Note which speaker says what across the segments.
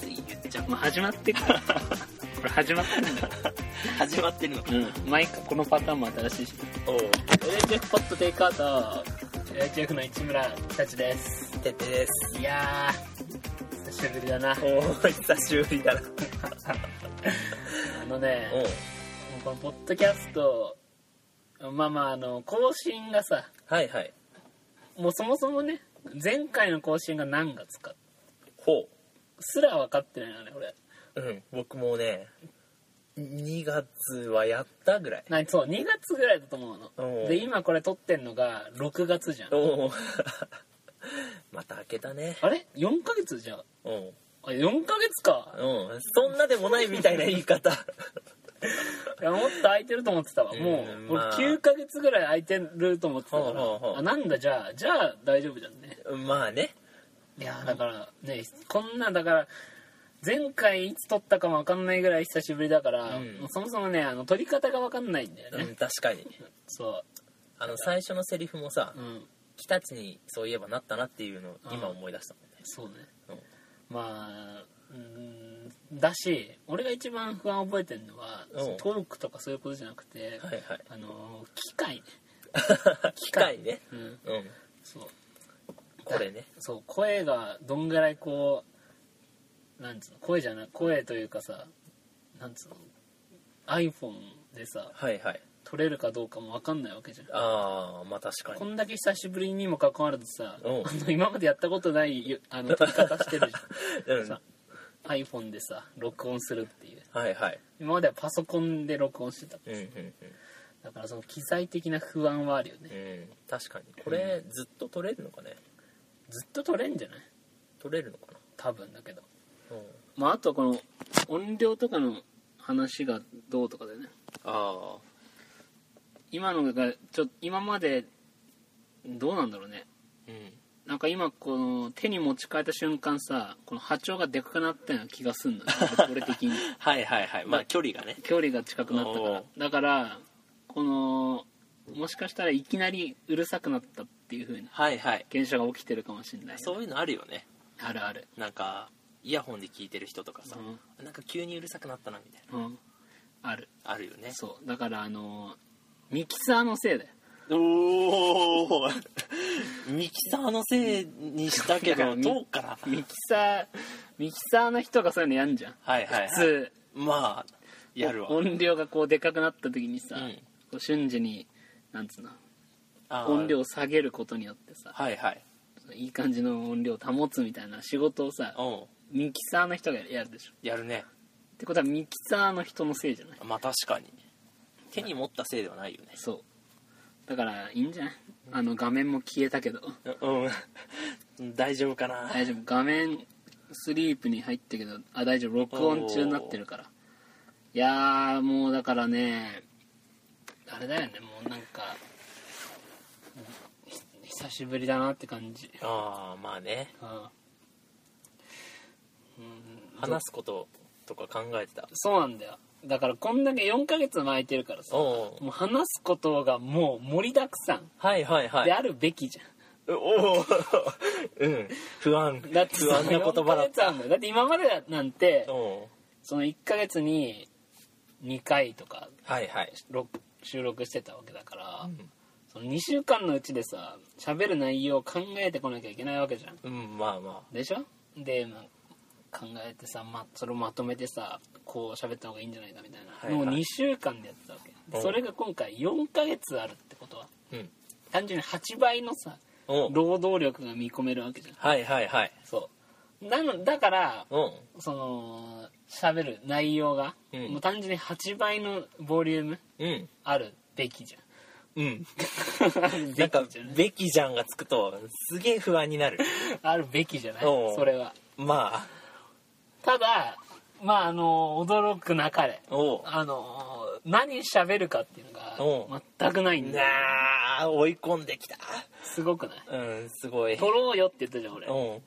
Speaker 1: つい言っちゃう。もう始まってる から。これ始まってるんだ。
Speaker 2: 始まってるのか
Speaker 1: うん。毎回このパターンも新しいし。
Speaker 2: おお
Speaker 1: LHF ポットテイクアウト。LHF の市村たちです。
Speaker 2: てってです
Speaker 1: いやー、久しぶりだな。あ
Speaker 2: おお久しぶりだな
Speaker 1: のね、もうこのポッドキャスト、まあまあ、あの、更新がさ、
Speaker 2: はいはい
Speaker 1: もうそもそもね、前回の更新が何月か、
Speaker 2: ほ
Speaker 1: すら分かってないのね、俺。
Speaker 2: ううん僕もね2月はやったぐらい
Speaker 1: なそう2月ぐらいだと思う
Speaker 2: お
Speaker 1: の
Speaker 2: う
Speaker 1: で今これ撮ってんのが6月じゃん
Speaker 2: おお また開けたね
Speaker 1: あれ4ヶ月じゃんあ
Speaker 2: うん
Speaker 1: 4ヶ月か
Speaker 2: うんそんなでもないみたいな言い方
Speaker 1: いやもっと空いてると思ってたわ
Speaker 2: うん
Speaker 1: もう俺
Speaker 2: まあ
Speaker 1: 9ヶ月ぐらい空いてると思ってたか
Speaker 2: ほうほうほう
Speaker 1: らあなんだじゃあじゃあ大丈夫じゃんね
Speaker 2: まあね
Speaker 1: いやだからねこんなんだから前回いつ撮ったかも分かんないぐらい久しぶりだから、
Speaker 2: うん
Speaker 1: もうそもそもねあの撮り方が分かんないんだよ
Speaker 2: う
Speaker 1: ね、
Speaker 2: ん確かに
Speaker 1: そ
Speaker 2: あの最初のセリフもさ
Speaker 1: ううん
Speaker 2: 北地にそういえばなったなっていうのを今思い出したもんね
Speaker 1: そうね
Speaker 2: うん
Speaker 1: まあうんだし俺が一番不安を覚えてるのは
Speaker 2: うん
Speaker 1: トークとかそういうことじゃなくて、
Speaker 2: はいはい
Speaker 1: あの機械ね、
Speaker 2: 機械ね
Speaker 1: うん、
Speaker 2: うん
Speaker 1: そう
Speaker 2: これね
Speaker 1: そう声がどんぐらいこうなんつうの声じゃない声というかさなんつうの iPhone でさ
Speaker 2: はいはい
Speaker 1: 撮れるかどうかも分かんないわけじゃん
Speaker 2: ああまあ確か
Speaker 1: こ
Speaker 2: に
Speaker 1: んだけ久しぶりにもかかわらずさ、
Speaker 2: うん
Speaker 1: あの今までやったことないあ の撮り方してるじゃん
Speaker 2: うん
Speaker 1: さ iPhone でさ録音するっていう
Speaker 2: はいはい
Speaker 1: 今まではパソコンで録音してた
Speaker 2: うんうんうん
Speaker 1: だからその機材的な不安はあるよね
Speaker 2: うん確かにこれずっと取れるのかね
Speaker 1: ずっと撮れんじゃない
Speaker 2: 取れるのか
Speaker 1: 多分だけど
Speaker 2: なうん
Speaker 1: まああとはこの音量とかの話がどうとかだよね
Speaker 2: あ
Speaker 1: 今のがちょっと今までどうなんだろうね
Speaker 2: あうん
Speaker 1: なんか今この手に持ち替えた瞬間さこの波長がでかくなったような気がすんの ね俺的に
Speaker 2: はいはいはいまあ距離がね
Speaker 1: 距離が近くなったか
Speaker 2: お
Speaker 1: らだからこのもしかしたらいきなりうるさくなったっていう風な
Speaker 2: はいはい
Speaker 1: 現象が起きてるかもしれない
Speaker 2: そういうのあるよね
Speaker 1: あるある
Speaker 2: なんかイヤホンで聞いてる人とかさ
Speaker 1: うん
Speaker 2: なんか急にうるさくなったなみたい
Speaker 1: うんある
Speaker 2: なあるよね
Speaker 1: そうだからあのーミキサーのせいだよ
Speaker 2: おおミキサーのせいにした
Speaker 1: だ
Speaker 2: けど
Speaker 1: からみ
Speaker 2: どうから
Speaker 1: ミキサーミキサーの人がそういうのやんじゃん
Speaker 2: はいはい、
Speaker 1: 普
Speaker 2: はい、
Speaker 1: 通
Speaker 2: まあやるわ
Speaker 1: 音量がこうでかくなった時にさ、
Speaker 2: うん
Speaker 1: こう瞬時になんつうの
Speaker 2: あー
Speaker 1: 音量を下げることによってさ
Speaker 2: はいはい
Speaker 1: いい感じの音量を保つみたいな仕事をさ
Speaker 2: うん
Speaker 1: ミキサーの人がやるでしょ
Speaker 2: やるね
Speaker 1: ってことはミキサーの人のせいじゃない
Speaker 2: まあ確かに手に持ったせいではないよね
Speaker 1: そうだからいいんじゃないあの画面も消えたけど
Speaker 2: うん 大丈夫かな
Speaker 1: 大丈夫画面スリープに入ったけどあ大丈夫録音中になってるからいやーもうだからねあれだよねもうなんかうんひ久しぶりだなって感じ
Speaker 2: ああまあね
Speaker 1: あーうん
Speaker 2: 話すこととか考えてた
Speaker 1: そうなんだよだからこんだけ4ヶ月も空いてるからさも
Speaker 2: おお
Speaker 1: う話すことがもう盛りだくさん
Speaker 2: はいはいは
Speaker 1: で
Speaker 2: い
Speaker 1: あるべきじゃん、
Speaker 2: おお うん不安
Speaker 1: だって
Speaker 2: 不安な言葉だ
Speaker 1: 4ヶ
Speaker 2: っ
Speaker 1: 月あんだよだって今までなんて
Speaker 2: たお
Speaker 1: その1ヶ月に2回とか
Speaker 2: はいはい
Speaker 1: 録収録してたわけだから、
Speaker 2: ん
Speaker 1: その2週間のうちでさ喋る内容を考えてこなきゃいけないわけじゃん
Speaker 2: うんまあま
Speaker 1: でしょで、まあ、考えてさ、ま、それをまとめてさこう喋った方がいいんじゃないかみたいな、
Speaker 2: はいはい
Speaker 1: もう2週間でやってたわけで
Speaker 2: うん
Speaker 1: それが今回4ヶ月あるってことは
Speaker 2: あうん
Speaker 1: 単純に8倍のさ
Speaker 2: おう
Speaker 1: 労働力が見込めるわけじゃん
Speaker 2: はいはいはい
Speaker 1: そうなのだから
Speaker 2: うん
Speaker 1: その喋る内容が、
Speaker 2: うん
Speaker 1: もう単純に8倍のボリューム
Speaker 2: うん
Speaker 1: あるべきじゃん
Speaker 2: うん、
Speaker 1: ある
Speaker 2: なん
Speaker 1: べ
Speaker 2: か
Speaker 1: きじゃな
Speaker 2: 「
Speaker 1: い
Speaker 2: べきじゃん」がつくとすげえ不安に なる
Speaker 1: あるべきじゃない
Speaker 2: おう
Speaker 1: それは
Speaker 2: まあ
Speaker 1: ただまああの驚くなかれ
Speaker 2: おう
Speaker 1: あの何喋るかっていうの
Speaker 2: お
Speaker 1: が
Speaker 2: う
Speaker 1: 全くないんだよ
Speaker 2: なあ追い込んできた
Speaker 1: すごくない
Speaker 2: うんすごい
Speaker 1: 撮ろうよって言ったじゃん俺
Speaker 2: うん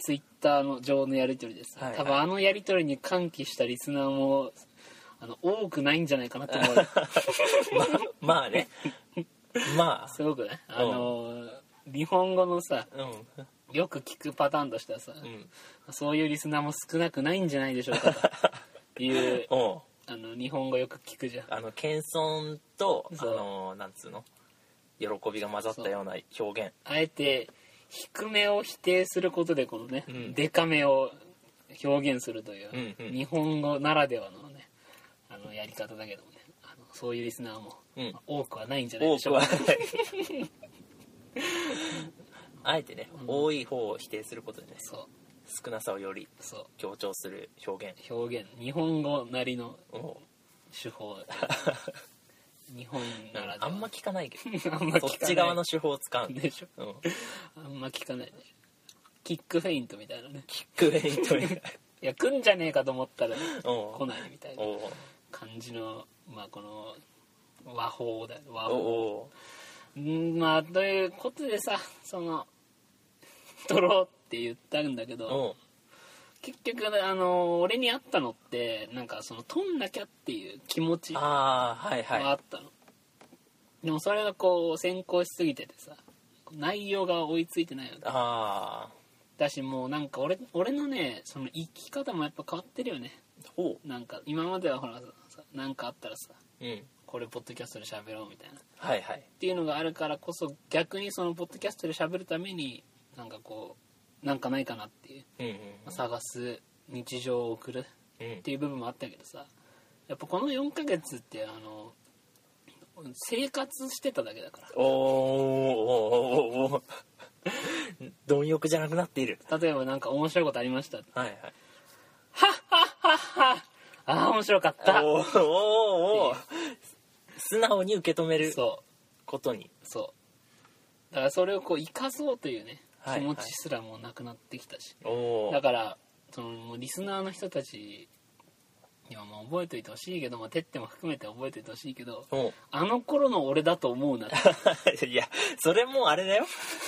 Speaker 1: ツイッターの上のやり取りです、
Speaker 2: はいはい
Speaker 1: 多分あのやり取りに歓喜したリスナーもあの多くないんじゃないかなと思 う
Speaker 2: まあねまあ
Speaker 1: すごくねあの日本語のさ
Speaker 2: うん
Speaker 1: よく聞くパターンとしてはさ、
Speaker 2: うん
Speaker 1: そういうリスナーも少なくないんじゃないでしょうか という
Speaker 2: おう
Speaker 1: あの日本語よく聞くじゃん
Speaker 2: あの謙遜とあ
Speaker 1: そう
Speaker 2: のなんつうの喜びが混ざったような表現
Speaker 1: あえて低めを否定することでこのね、
Speaker 2: うん
Speaker 1: デカめを表現するという、
Speaker 2: うんうん
Speaker 1: 日本語ならではのねあのやり方だけどもねあのそういうリスナーも
Speaker 2: うん
Speaker 1: 多くはないんじゃない
Speaker 2: 多
Speaker 1: でし
Speaker 2: く
Speaker 1: ょう
Speaker 2: は
Speaker 1: か
Speaker 2: ないあえてね、多い方を否定することでね
Speaker 1: そう
Speaker 2: 少なさをより
Speaker 1: そ
Speaker 2: 強調する表現
Speaker 1: う表現日本語なりの
Speaker 2: を
Speaker 1: 手 法日本ならでは
Speaker 2: あんま聞かないけ
Speaker 1: あんま聞かな
Speaker 2: ど
Speaker 1: い
Speaker 2: そっち側の手法を使うんだ
Speaker 1: でしょ
Speaker 2: うん
Speaker 1: あんま聞かないでしょキックフェイントみたいなね
Speaker 2: キックフェイントみたい
Speaker 1: いや来んじゃねえかと思った ら
Speaker 2: なおう
Speaker 1: 来ないみたいな
Speaker 2: おう
Speaker 1: 感じのまあこの和法だよね和
Speaker 2: おう
Speaker 1: 法
Speaker 2: お
Speaker 1: うんまあということでさその 取ろうって言ったんだけ
Speaker 2: う
Speaker 1: ど
Speaker 2: おう
Speaker 1: 結局ねあの俺にあったのってなんかその取んなきゃっていう気持ちが
Speaker 2: ああはいはい
Speaker 1: あったの、でもそれがこう先行しすぎててさ内容が追いついてないの
Speaker 2: ああ
Speaker 1: だしもうなんか俺俺のねその生き方もやっぱ変わってるよね
Speaker 2: おう
Speaker 1: なんか今まではほらさなんかあったらさ
Speaker 2: うん
Speaker 1: これポッドキャストで喋ろうみたいな
Speaker 2: はいはい
Speaker 1: っていうのがあるからこそ逆にそのポッドキャストで喋るためになんかこうなんかないかなっていう
Speaker 2: うんうん
Speaker 1: 探す日常を送る
Speaker 2: うん
Speaker 1: っていう部分もあったけどさやっぱこの4ヶ月ってあの生活してただけだから
Speaker 2: おーおーおーおーおー貪欲じゃなくなっている
Speaker 1: 例えばなんか面白いことありましたはっ
Speaker 2: はいはい
Speaker 1: はっはっああ面白かった
Speaker 2: おーおーおー素直に受け止める
Speaker 1: そう
Speaker 2: ことに
Speaker 1: そうだからそれをこう生かそうというね
Speaker 2: はい
Speaker 1: 気持ちすらもうなくなってきたし、
Speaker 2: お
Speaker 1: だからそのもうリスナーの人たちにはもう覚えておいてほしいけど、まあ、てっても含めて覚えておいてほしいけど
Speaker 2: おう
Speaker 1: あの頃の俺だと思う なって
Speaker 2: いやそれもあれだよ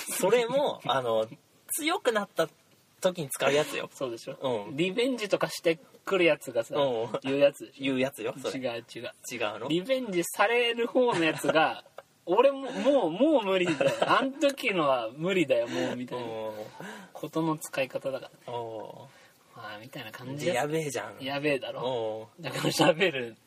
Speaker 2: それもあの強くなった時に使うやつよ
Speaker 1: そうでしょ、
Speaker 2: うん
Speaker 1: リベンジとかしてくるやつがさ、
Speaker 2: うん
Speaker 1: 言うやつでし
Speaker 2: 言うやつよ
Speaker 1: ょ
Speaker 2: そ
Speaker 1: 違
Speaker 2: れ
Speaker 1: う違う
Speaker 2: 違うの
Speaker 1: リベンジされる方のやつ が俺ももうもう無理だよあん時のは無理だよもうみたいなことの使い方だからね
Speaker 2: おお
Speaker 1: まあみたいな
Speaker 2: ー
Speaker 1: 感じ
Speaker 2: でや
Speaker 1: や
Speaker 2: べえじゃん
Speaker 1: やべえだろ
Speaker 2: お
Speaker 1: だから喋る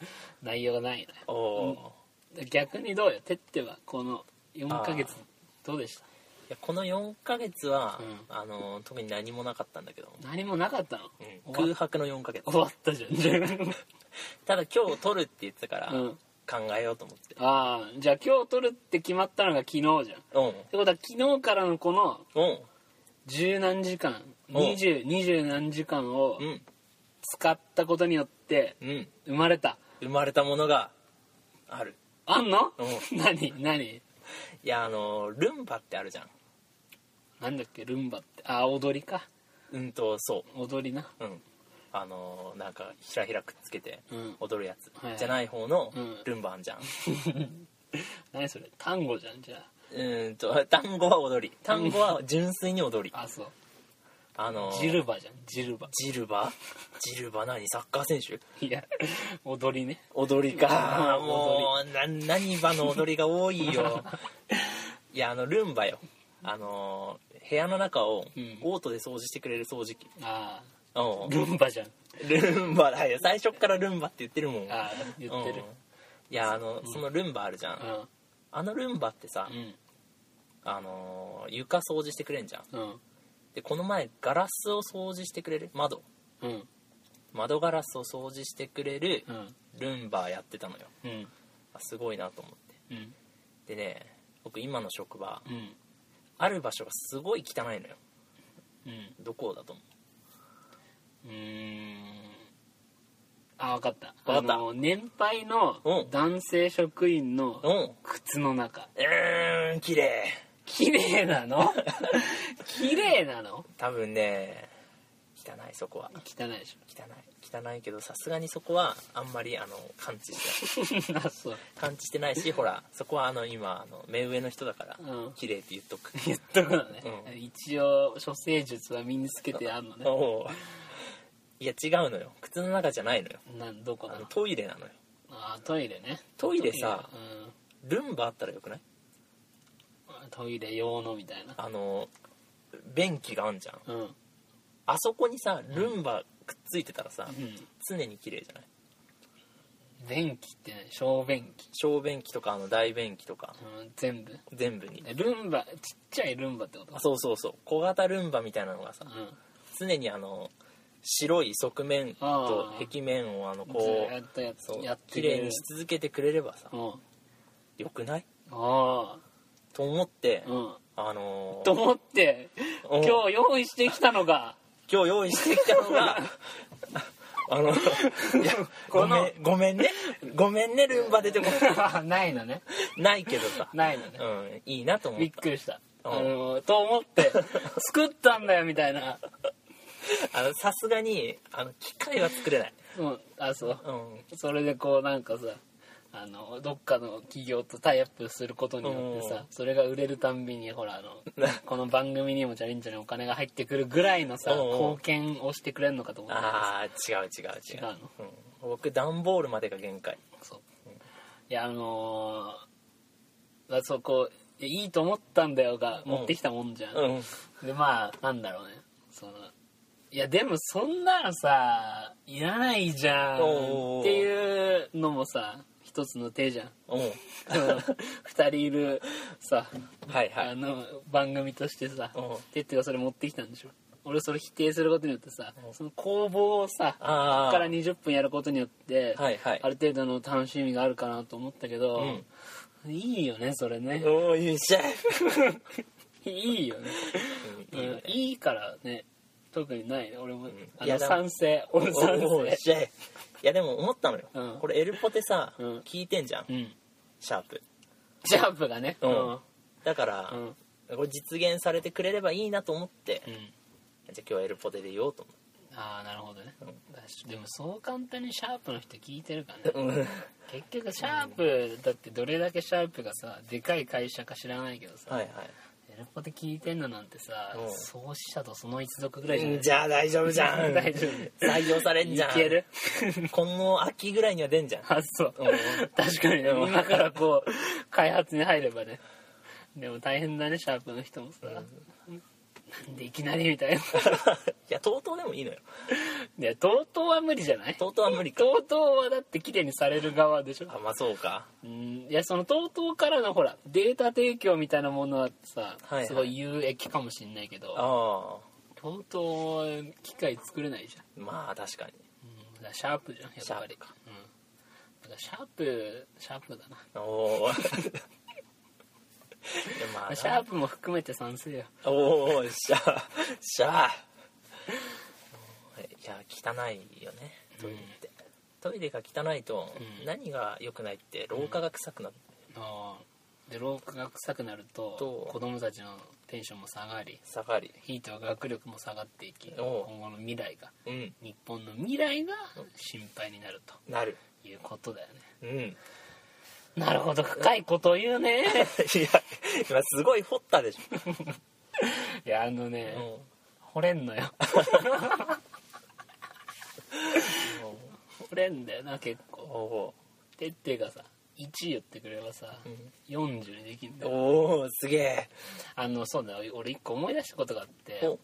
Speaker 1: 内容がないね
Speaker 2: ーおー
Speaker 1: 逆にどうよてってはこの4ヶ月
Speaker 2: あ
Speaker 1: どうでした
Speaker 2: いやこの4ヶ月は、
Speaker 1: うん
Speaker 2: あの特に何もなかったんだけど、
Speaker 1: 何もなかったの、
Speaker 2: う
Speaker 1: 終
Speaker 2: ん、空
Speaker 1: わ
Speaker 2: 白の4ヶ月
Speaker 1: 終わったじゃん
Speaker 2: ただ今日撮るって言ってたか ら、
Speaker 1: うん
Speaker 2: 考えようと思って
Speaker 1: ああじゃあ今日撮るって決まったのが昨日じゃんって
Speaker 2: う
Speaker 1: ことは昨日からのこの
Speaker 2: んうん
Speaker 1: 十何時間
Speaker 2: おう
Speaker 1: 二十二十何時間を
Speaker 2: うん
Speaker 1: 使ったことによって
Speaker 2: うん
Speaker 1: 生まれた
Speaker 2: 生まれたものがある
Speaker 1: あんの
Speaker 2: おう
Speaker 1: 何何
Speaker 2: いやあのルンバってあるじゃん
Speaker 1: なんだっけルンバってああ踊りか
Speaker 2: うんとそ
Speaker 1: 踊りな
Speaker 2: ううんあのなんかひらひらくっつけて
Speaker 1: うん
Speaker 2: 踊るやつ、
Speaker 1: はいはい
Speaker 2: じゃない方の
Speaker 1: うん
Speaker 2: ルンバあんじゃん、
Speaker 1: 何それ単語じゃんじゃ
Speaker 2: うん、と単語は踊り単語は純粋に踊り
Speaker 1: ああそう
Speaker 2: あの
Speaker 1: ジルバじゃんジルバ
Speaker 2: ジルバジルバ何サッカー選手
Speaker 1: いや踊りね
Speaker 2: 踊り かもうな何場の踊りが多いよいやあのルンバよあの部屋の中を
Speaker 1: うん
Speaker 2: オートで掃除してくれる掃除機、
Speaker 1: あ
Speaker 2: う
Speaker 1: あ
Speaker 2: ん
Speaker 1: ルンバじゃん
Speaker 2: ルンバだよ最初っからルンバって言ってるもん
Speaker 1: ああ言ってる
Speaker 2: うんいやあのそのルンバあるじゃん、
Speaker 1: う
Speaker 2: あのルンバってさ、
Speaker 1: ん
Speaker 2: あのー床掃除してくれんじゃん
Speaker 1: うん
Speaker 2: でこの前ガラスを掃除してくれる窓
Speaker 1: うん
Speaker 2: 窓ガラスを掃除してくれる
Speaker 1: うん
Speaker 2: ルンバやってたのよ
Speaker 1: うん
Speaker 2: あすごいなと思って
Speaker 1: うん
Speaker 2: でね僕今の職場
Speaker 1: うん
Speaker 2: ある場所がすごい汚いのよ
Speaker 1: うん
Speaker 2: どこだと思
Speaker 1: うーんあ分かった
Speaker 2: かった
Speaker 1: あの年配
Speaker 2: う
Speaker 1: の
Speaker 2: ん
Speaker 1: 男性職員の
Speaker 2: ううん
Speaker 1: 靴の中
Speaker 2: うーん綺麗
Speaker 1: 綺麗なの綺麗なの
Speaker 2: 多分ね汚いそこは
Speaker 1: 汚いでし
Speaker 2: 汚い汚いけどさすがにそこはあんまりあの感知してない
Speaker 1: ょあそう
Speaker 2: 感知してないしほらそこはあの今あの目上の人だから
Speaker 1: うん
Speaker 2: 綺麗って言っとく
Speaker 1: 言っとくのね、
Speaker 2: うん
Speaker 1: 一応処世術は身につけてあんのね
Speaker 2: おういや違うのよ靴の中じゃないのよ
Speaker 1: などこ
Speaker 2: あ
Speaker 1: な
Speaker 2: の
Speaker 1: の
Speaker 2: トイレなのよ
Speaker 1: あトイレね
Speaker 2: トイレさ
Speaker 1: トイレ,、
Speaker 2: ルンバあったらよくない
Speaker 1: うん、トイレ用のみたいな
Speaker 2: あの便器があんじゃん
Speaker 1: うん、
Speaker 2: あそこにさルンバくっついてたらさ、
Speaker 1: うん、
Speaker 2: 常に綺麗じゃない
Speaker 1: 便器って何小便器、
Speaker 2: 小便器とかあの大便器とか
Speaker 1: うん、全部
Speaker 2: 全部に
Speaker 1: えルンバちっちゃいルンバってこと
Speaker 2: あそうそうそう小型ルンバみたいなのがさ
Speaker 1: うん、
Speaker 2: 常にあの白い側面と
Speaker 1: あー
Speaker 2: 壁面をあの
Speaker 1: ず
Speaker 2: こ
Speaker 1: ー
Speaker 2: う
Speaker 1: っとやっ
Speaker 2: そう
Speaker 1: やって
Speaker 2: 綺
Speaker 1: くれ
Speaker 2: 麗
Speaker 1: る
Speaker 2: にし続けてくれればさ
Speaker 1: うんあ
Speaker 2: よくない
Speaker 1: あ
Speaker 2: と思って、
Speaker 1: うん
Speaker 2: あのー
Speaker 1: と思って
Speaker 2: うん
Speaker 1: 今日用意してきたのが
Speaker 2: 今日用意してきた のがあのいや
Speaker 1: この
Speaker 2: ごめんごめんねごめんねルンバ出てこ
Speaker 1: ないのね
Speaker 2: ないけどさ、
Speaker 1: ないのね
Speaker 2: うん、いいなと思
Speaker 1: び
Speaker 2: っ
Speaker 1: っくりした
Speaker 2: うん
Speaker 1: あのと思って作ったんだよみたいな
Speaker 2: たあのさすがにあの機械は作れない、
Speaker 1: うんあそう
Speaker 2: うん、
Speaker 1: それでこうなんかさあのどっかの企業とタイアップすることによって
Speaker 2: うん
Speaker 1: さそれが売れるたんびにほら あのこの番組にもチャレンジャーにお金が入ってくるぐらいのさ
Speaker 2: うんうん
Speaker 1: 貢献をしてくれるのかと思ってた
Speaker 2: ああ違う違う違う
Speaker 1: 違うの
Speaker 2: うん、僕段ボールまでが限界
Speaker 1: そういやあのーだそうこういやいいと思ったんだよが
Speaker 2: うん
Speaker 1: 持ってきたもんじゃん、
Speaker 2: うん
Speaker 1: でまあなんだろうねそのいやでもそんなのさいらないじゃん
Speaker 2: おー
Speaker 1: っていうのもさ一つの手じゃん
Speaker 2: うん
Speaker 1: その二人いるさ、
Speaker 2: はいは
Speaker 1: あ
Speaker 2: い
Speaker 1: の番組としてさ、
Speaker 2: うん
Speaker 1: てってがそれ持ってきたんでしょ俺それ否定することによってさ、
Speaker 2: うん
Speaker 1: その工房をさこ
Speaker 2: あ
Speaker 1: こ
Speaker 2: あ
Speaker 1: から20分やることによって、
Speaker 2: はいはい
Speaker 1: ある程度の楽しみがあるかなと思ったけど、
Speaker 2: うん
Speaker 1: いいよねそれね、
Speaker 2: おーいいじゃん
Speaker 1: いいよね
Speaker 2: う
Speaker 1: うんん
Speaker 2: いいよね
Speaker 1: いいからね特にないね俺も、あ
Speaker 2: いや
Speaker 1: の
Speaker 2: だ
Speaker 1: 賛成俺賛
Speaker 2: おー
Speaker 1: 成
Speaker 2: いじゃんいやでも思ったのよ、
Speaker 1: うん
Speaker 2: これエルポテさ、
Speaker 1: うん
Speaker 2: 聞いてんじゃん
Speaker 1: うん
Speaker 2: シャープ
Speaker 1: ジャンプがね
Speaker 2: う
Speaker 1: うんん、
Speaker 2: だから、
Speaker 1: うん
Speaker 2: これ実現されてくれればいいなと思って、じゃあ今日はエルポテで言おうと
Speaker 1: ああなるほどね、
Speaker 2: うん
Speaker 1: だしでもそう簡単にシャープの人聞いてるからね
Speaker 2: 思って、
Speaker 1: 結局シャープだってどれだけシャープがさでかい会社か知らないけどさ、
Speaker 2: はい
Speaker 1: エルポで聞いてんのなんてさ、
Speaker 2: うん
Speaker 1: 創始者とその一族ぐら
Speaker 2: はい
Speaker 1: じゃない、
Speaker 2: いじゃあ大丈夫じゃ ん
Speaker 1: 大丈
Speaker 2: 採用されんじゃん
Speaker 1: 夫いける
Speaker 2: この秋ぐらいには出んじゃん
Speaker 1: あそう、
Speaker 2: う
Speaker 1: 確かにね
Speaker 2: うん
Speaker 1: 今からこう開発に入ればねでも大変だねシャープの人もさ、なんでいきなりみたいな
Speaker 2: いや TOTO でもいいのよ
Speaker 1: いや TOTO は無理じゃない
Speaker 2: TOTO は無理か
Speaker 1: TOTO はだって綺麗にされる側でしょ
Speaker 2: あまあそうか
Speaker 1: うんいやその TOTO からのほらデータ提供みたいなものはさ、
Speaker 2: いはい
Speaker 1: すごい有益かもしんないけど
Speaker 2: ああ
Speaker 1: TOTO は機械作れないじゃん、
Speaker 2: まあ確かに
Speaker 1: うん、だからシャープじゃんやっぱ
Speaker 2: シャープ
Speaker 1: り
Speaker 2: か
Speaker 1: うん、だからシャープシャープだな、
Speaker 2: おおまあ
Speaker 1: シャープも含めて賛成よ
Speaker 2: おおシャーシャーいや汚いよねトイレって、トイレが汚いと、
Speaker 1: うん
Speaker 2: 何が良くないって廊下が臭くなる、
Speaker 1: あーで廊下が臭くなる
Speaker 2: ど
Speaker 1: と
Speaker 2: う
Speaker 1: 子供たちのテンションも下がり
Speaker 2: 下がり
Speaker 1: ひいては学力も下がっていき今
Speaker 2: おう
Speaker 1: 後の未来が
Speaker 2: うん
Speaker 1: 日本の未来が心配になる
Speaker 2: なる
Speaker 1: ということだよね
Speaker 2: うん い
Speaker 1: なるほど深いこと言うね
Speaker 2: や今すごい掘ったでし
Speaker 1: いやあのね、
Speaker 2: ょ、
Speaker 1: 掘れんのよ掘れんだよな結
Speaker 2: お
Speaker 1: 構
Speaker 2: お
Speaker 1: てってがさ1言ってくればさ、
Speaker 2: ん
Speaker 1: 40にできんだよ
Speaker 2: おおすげえ
Speaker 1: あのそうだよ俺1個思い出したことがあって
Speaker 2: お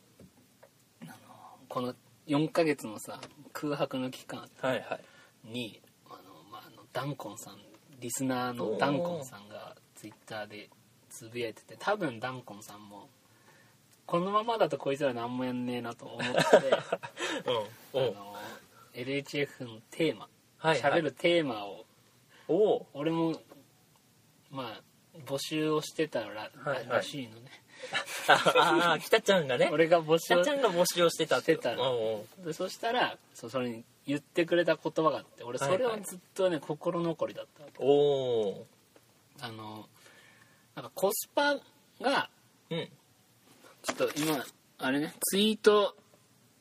Speaker 1: この4ヶ月のさ空白の期間
Speaker 2: はいはい
Speaker 1: にあの、まあ、あのダンコンさんリスナーのダンコンさんがツイッターでつぶやいてて多分ダンコンさんもこのままだとこいつら何もやんねえなと思 ってあ
Speaker 2: うんお
Speaker 1: の LHF のテーマ
Speaker 2: はいは
Speaker 1: 喋
Speaker 2: い
Speaker 1: るテーマを
Speaker 2: おお
Speaker 1: 俺もまあ募集をしてたら,、
Speaker 2: はいはい
Speaker 1: らしいのね
Speaker 2: ああ北ちゃんがね
Speaker 1: 俺が募集
Speaker 2: 北
Speaker 1: を
Speaker 2: ちゃんが募集をしてたって
Speaker 1: してた
Speaker 2: おお
Speaker 1: でそしたらそうそれに言ってくれた言葉があって俺それ
Speaker 2: はい
Speaker 1: は
Speaker 2: はい
Speaker 1: ずっとね心残りだったわけ
Speaker 2: おお
Speaker 1: あのなんかコスパが
Speaker 2: うん
Speaker 1: ちょっと今あれねツイート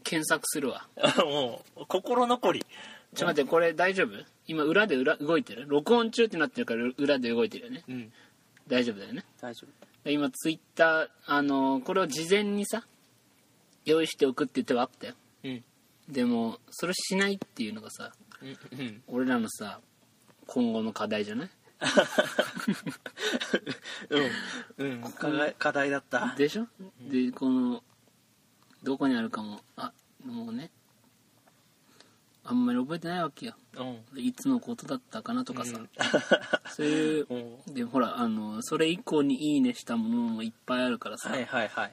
Speaker 1: 検索するわ
Speaker 2: もう心残り
Speaker 1: ちょっと待ってこれ大丈夫今裏で裏動いてる録音中ってなってるから裏で動いてるよね
Speaker 2: うん
Speaker 1: 大丈夫だよね
Speaker 2: 大丈
Speaker 1: で今ツイッターあのこれを事前にさ用意しておくって言ってはあったよ
Speaker 2: 夫うん
Speaker 1: でもそれしないっていうのがさ
Speaker 2: うんうん
Speaker 1: 俺らのさ今後の課題じゃない
Speaker 2: うん、うん、課題課題だった
Speaker 1: でしょ、でこのどこにあるかもあもうねあんまり覚えてないわけよ
Speaker 2: うん
Speaker 1: いつのことだったかなとかさ、
Speaker 2: うん
Speaker 1: そういう
Speaker 2: うん
Speaker 1: でほらあのそれ以降に「いいね」したものもいっぱいあるからさ、
Speaker 2: はいはいはい、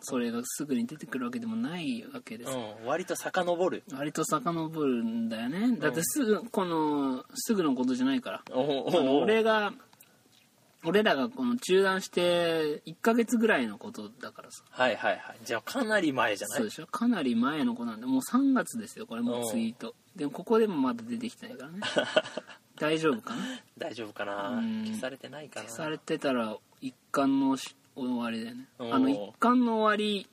Speaker 1: それがすぐに出てくるわけでもないわけです、
Speaker 2: うん、割と遡る
Speaker 1: 割と遡るんだよねだってすぐこのすぐのことじゃないから
Speaker 2: おお
Speaker 1: あの俺が俺らがこの中断して1ヶ月ぐらいのことだからさ
Speaker 2: はいはいはいじゃあかなり前じゃない
Speaker 1: そうでしょかなり前の子なんでもう3月ですよこれもうツイートでもここでもまだ出てきてない からね大丈夫かな
Speaker 2: 大丈夫かな、
Speaker 1: うん
Speaker 2: 消されてないかな
Speaker 1: 消されてたら一巻のし終わりだよね
Speaker 2: おー
Speaker 1: あの一巻の終わり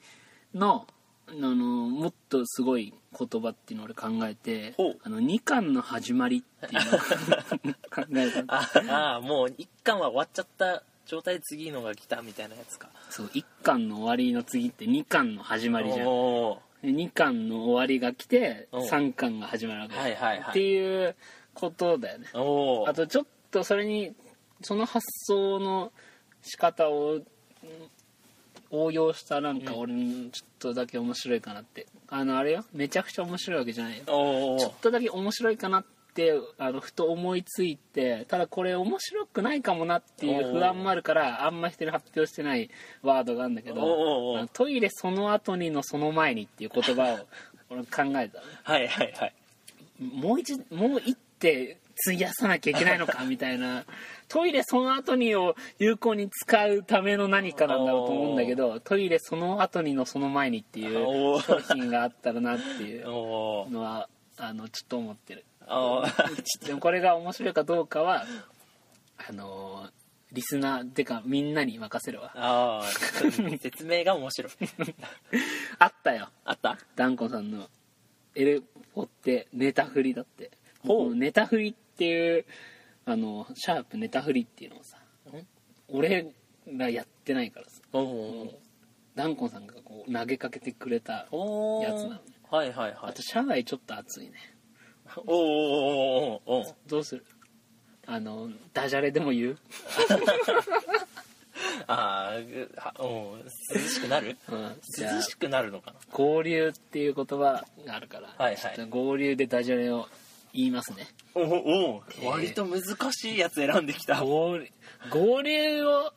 Speaker 1: のあのもっとすごい言葉っていうのを俺考えて
Speaker 2: ほう
Speaker 1: あの二巻の始まりっていうのを 考えたの
Speaker 2: ああもう一巻は終わっちゃった状態で次のが来たみたいなやつか
Speaker 1: そう一巻の終わりの次って二巻の始まりじゃん
Speaker 2: お
Speaker 1: 2巻の終わりが来て
Speaker 2: うん
Speaker 1: 3巻が始まるわけ、
Speaker 2: はいはいはい
Speaker 1: っていうことだよね
Speaker 2: ーおー
Speaker 1: あとちょっとそれにその発想の仕方をうん応用したなんか俺にちょっとだけ面白いかなってあのあれよめちゃくちゃ面白いわけじゃないよ
Speaker 2: おー
Speaker 1: ちょっとだけ面白いかなってあのふと思いついてただこれ面白くないかもなっていう不安もあるからあんま人に発表してないワードがあるんだけ
Speaker 2: おうおうお
Speaker 1: ど
Speaker 2: う
Speaker 1: あのトイレその後にのその前にっていう言葉を俺考えた
Speaker 2: はいはいはい
Speaker 1: もう一もう一手費やさなきゃいけないのかみたい なトイレその後にを有効に使うための何かなんだろうと思うんだけどトイレその後にのその前にってい
Speaker 2: お
Speaker 1: う
Speaker 2: う
Speaker 1: 商品があったらなっていう
Speaker 2: おー
Speaker 1: のはあのちょっと思ってる。
Speaker 2: おー
Speaker 1: でもこれが面白いかどうかはあのーリスナーってかみんなに任せるわ
Speaker 2: あー説明が面白い
Speaker 1: あったよ
Speaker 2: あった
Speaker 1: ダンコさんのエレポってネタ振りだって
Speaker 2: ほう
Speaker 1: このネタ振りっていうあのシャープネタ振りっていうのをさ俺らやってないからさ
Speaker 2: おお
Speaker 1: ダンコさんがこう投げかけてくれた
Speaker 2: おお
Speaker 1: やつなの
Speaker 2: はいはいは
Speaker 1: あ
Speaker 2: い
Speaker 1: と車内ちょっと暑いね
Speaker 2: おーおーおーおーおー
Speaker 1: どうするあのダジャレでも言う、
Speaker 2: あーぐはおー涼しくなる
Speaker 1: うん、じゃあ
Speaker 2: 涼しくなるのかな
Speaker 1: 合流っていう言葉があるから、
Speaker 2: はいはい
Speaker 1: ちょっと合流でダジャレを言いますね
Speaker 2: おお
Speaker 1: ー
Speaker 2: 割と難しいやつ選んできた
Speaker 1: 合流合流を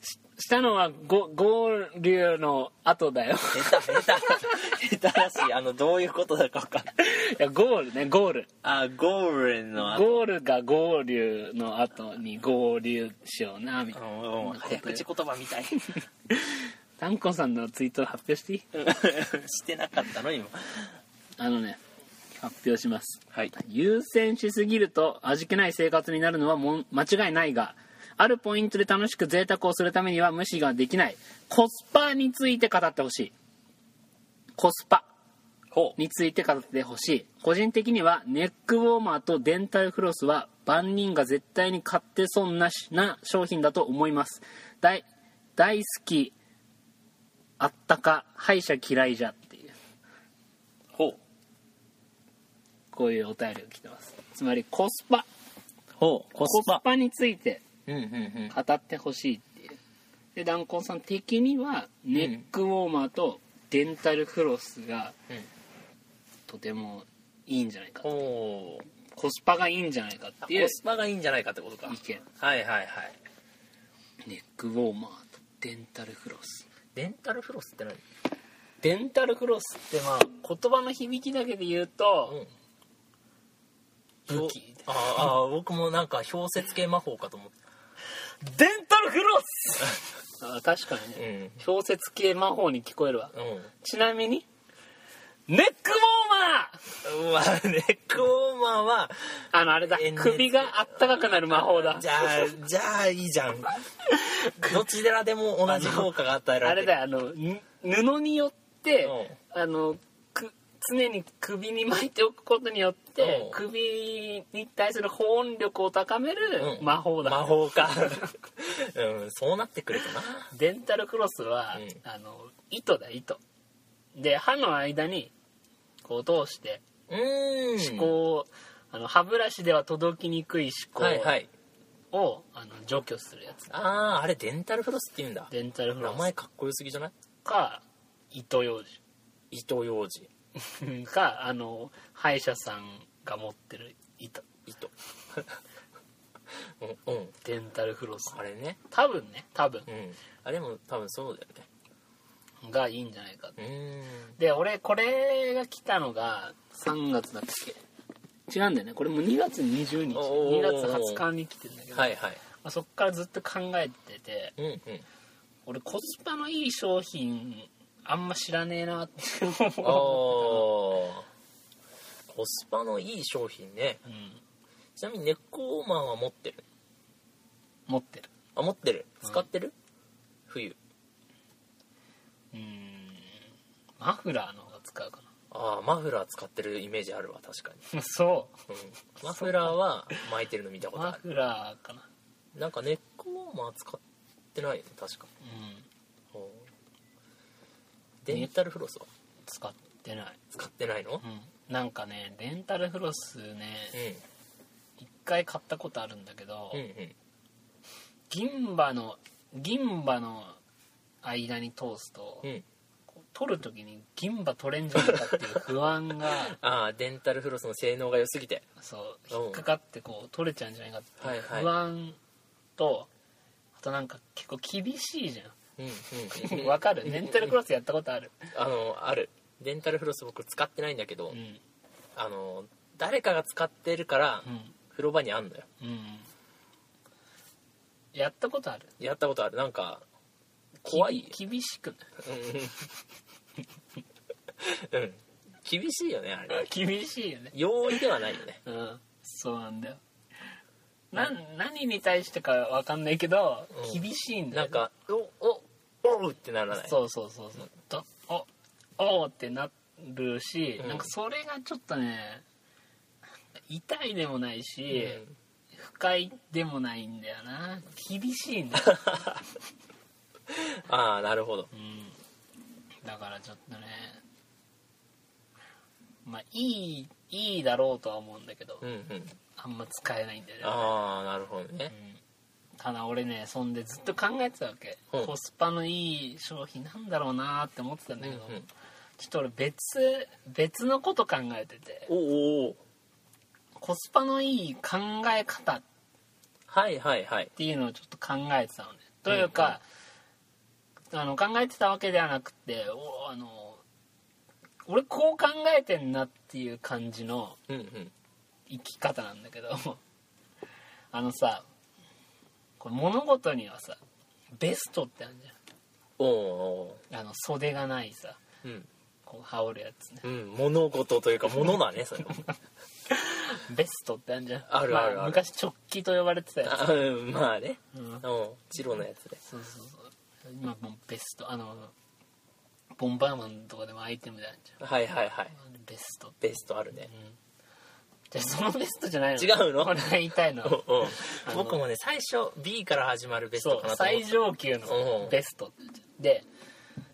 Speaker 1: ししたのはご合流の後 だよ
Speaker 2: 下手下手下手らしいあのどういうことだか分かんない
Speaker 1: いやゴールねゴール
Speaker 2: あゴーレンの後
Speaker 1: ゴールが合流の後に合流しようなみたいな
Speaker 2: うんうん早口言葉みたい
Speaker 1: ダンコさんのツイート発表していい
Speaker 2: してなかったの今
Speaker 1: あのね発表します
Speaker 2: はい
Speaker 1: 優先しすぎると味気ない生活になるのはもん間違いないがあるポイントで楽しく贅沢をするためには無視ができないコスパについて語ってほしいコスパ
Speaker 2: ほう
Speaker 1: について語ってほしい個人的にはネックウォーマーとデンタルフロスは万人が絶対に買って損なしな商品だと思います大大好きあったか歯医者嫌いじゃっていう
Speaker 2: ほう
Speaker 1: こういうお便りが来てますつまりコスパ
Speaker 2: ほうコ
Speaker 1: コスパについて
Speaker 2: うんうんうん
Speaker 1: 語ってほしいっていうでダンコンさん的にはネックウォーマーとデンタルフロスが
Speaker 2: うん
Speaker 1: とてもいいんじゃないかと
Speaker 2: ほう
Speaker 1: コスパがいいんじゃないかっていう
Speaker 2: コスパがいいんじゃないかってことか
Speaker 1: 意見
Speaker 2: はいはいはい
Speaker 1: ネックウォーマーとデンタルフロス
Speaker 2: デンタルフロスって何
Speaker 1: デンタルフロスってまあ言葉の響きだけで言うと、武器
Speaker 2: あーあ ー僕もなんか氷雪系魔法かと思ったデンタルフロス
Speaker 1: あ確かに
Speaker 2: うん
Speaker 1: ね、氷雪系魔法に聞こえるわ
Speaker 2: うん
Speaker 1: ちなみにネックウォーマー
Speaker 2: まあネックウォーマーは
Speaker 1: あのあれだ
Speaker 2: えーね
Speaker 1: 首があったかくなる魔法だ
Speaker 2: じゃあじゃあいいじ ゃんどちらでも同じ効果が与えら
Speaker 1: あ
Speaker 2: れ
Speaker 1: れ
Speaker 2: て
Speaker 1: だ
Speaker 2: る
Speaker 1: よあのぬ布によってあのく常に首に巻いておくことによって
Speaker 2: うん
Speaker 1: 首に対する保温力を高める
Speaker 2: うん
Speaker 1: 魔法だ、
Speaker 2: 魔法かうんそうなってくるかな
Speaker 1: デンタルクロスは、
Speaker 2: うん
Speaker 1: あの糸だ糸で歯の間にこう通して
Speaker 2: うん
Speaker 1: 歯垢を、あの歯ブラシでは届きにくい歯垢を、
Speaker 2: はいはい
Speaker 1: あの除去するやつ
Speaker 2: あああれデンタルフロスって言うんだ
Speaker 1: デンタルフ
Speaker 2: 名
Speaker 1: ロ
Speaker 2: 前
Speaker 1: ス
Speaker 2: かっこよすぎじゃない
Speaker 1: か糸ようじ
Speaker 2: 糸ようじ
Speaker 1: うん かあの歯医者さんが持ってる糸
Speaker 2: 糸 うん、うん、
Speaker 1: デンタルフロス
Speaker 2: あれね
Speaker 1: 多分ね多分
Speaker 2: うんあれも多分そうだよ
Speaker 1: がいいんじゃないかと
Speaker 2: ね
Speaker 1: で俺これが来たのが3月だったっけ違うんだよねこれも2月20日
Speaker 2: お
Speaker 1: 2
Speaker 2: ー
Speaker 1: 月20日に来てるんだけ
Speaker 2: うん
Speaker 1: ど、
Speaker 2: はいはい
Speaker 1: まあそっからずっと考えてて
Speaker 2: うんうん
Speaker 1: 俺コスパのいい商品あんま知らねえなって
Speaker 2: ああ
Speaker 1: 思
Speaker 2: コスパのいい商品ね
Speaker 1: う、うん、
Speaker 2: ちなみにネッコーマンは持ってる
Speaker 1: 持ってる
Speaker 2: あ持ってる
Speaker 1: うん
Speaker 2: 使ってる、冬
Speaker 1: うんマフラーの方が使うか
Speaker 2: ああマフラー使ってるイメージあるわ確かに、
Speaker 1: な そ
Speaker 2: うん、マフラーは巻いてるの見た
Speaker 1: う
Speaker 2: こと
Speaker 1: マ
Speaker 2: ある
Speaker 1: フラーかな
Speaker 2: なんかネックウォーマー使ってないよね確か
Speaker 1: うん
Speaker 2: ほうデンタルフロスは
Speaker 1: 使ってない、
Speaker 2: 使ってないの
Speaker 1: うん、なんかねレンタルフロス
Speaker 2: う
Speaker 1: ね
Speaker 2: ん
Speaker 1: 一回買ったことあるんだけど、
Speaker 2: うんうん
Speaker 1: 銀歯の銀歯の間に通すと、
Speaker 2: うん
Speaker 1: こう取る時に銀歯取れんじゃないかっていう不安 が
Speaker 2: ああデンタルフロスの性能が良すぎて
Speaker 1: そう
Speaker 2: うん
Speaker 1: 引っかかってこう取れちゃうんじゃないかって
Speaker 2: はいはい
Speaker 1: 不安とあとなんか結構厳しいじ ゃ
Speaker 2: うんうん
Speaker 1: ん
Speaker 2: うん
Speaker 1: わかるレンタルクロスやったことある、
Speaker 2: あのあるデンタルフロス僕使ってないんだけど、
Speaker 1: うん
Speaker 2: あの誰かが使ってるから
Speaker 1: うん
Speaker 2: 風呂場にあんのよ
Speaker 1: うんやったことある
Speaker 2: やったことあるなんか怖いよ
Speaker 1: き厳しくない
Speaker 2: うんうん厳しいよねあれ
Speaker 1: 厳しいよね
Speaker 2: 容易ではないよね
Speaker 1: うんそうなんだよな何に対してかわかんないけど、
Speaker 2: うん
Speaker 1: 厳しいんだよ
Speaker 2: な
Speaker 1: ね
Speaker 2: んか「おおおう!」ってならない
Speaker 1: そうそうそうそうとおおーってなるし、
Speaker 2: うん
Speaker 1: なんかそれがちょっとね痛いでもないし、
Speaker 2: うん
Speaker 1: 不快でもないんだよな厳しいんだ、
Speaker 2: ああなるほど
Speaker 1: うん、だからちょっとねまあいいいいだろうとは思うんだけど、
Speaker 2: うんうん
Speaker 1: あんま使えないんだよね
Speaker 2: ああなるほどね
Speaker 1: ただ俺ねそんでずっと考えてたわけ、
Speaker 2: うん
Speaker 1: コスパのいい商品なんだろうなーって思ってたんだけど、
Speaker 2: うんうん
Speaker 1: ちょっと俺別別のこと考えてて
Speaker 2: おおお
Speaker 1: コスパのいい考え方っ
Speaker 2: はいはいはい
Speaker 1: ていうのをちょっと考えてたのねというか、あの考えてたわけではなくておあの俺こう考えてんなっていう感じの
Speaker 2: うんうん
Speaker 1: 生き方なんだけどあのさこれ物事にはさベストってあるじゃん
Speaker 2: おお
Speaker 1: あの袖がないさ
Speaker 2: ーうん
Speaker 1: こう羽織るやつね
Speaker 2: うん物事というか物だねそれ も
Speaker 1: ベストってあるじゃん
Speaker 2: あるあるある
Speaker 1: ま昔直帰と呼ばれてたや
Speaker 2: あうんまあね
Speaker 1: つ、うん、
Speaker 2: うん白のやつで
Speaker 1: そうそうそう今もうベストあのボンバーマンとかでもアイテムであるじ
Speaker 2: はいはいはい
Speaker 1: ゃんベスト
Speaker 2: ベストあるね
Speaker 1: じゃあそのベストじゃないの
Speaker 2: 違うの
Speaker 1: これが言いたいの
Speaker 2: う
Speaker 1: は
Speaker 2: んうん僕もね最初 B から始まるベス
Speaker 1: そ
Speaker 2: トか
Speaker 1: う
Speaker 2: なと思
Speaker 1: 最
Speaker 2: って
Speaker 1: 上級のベストで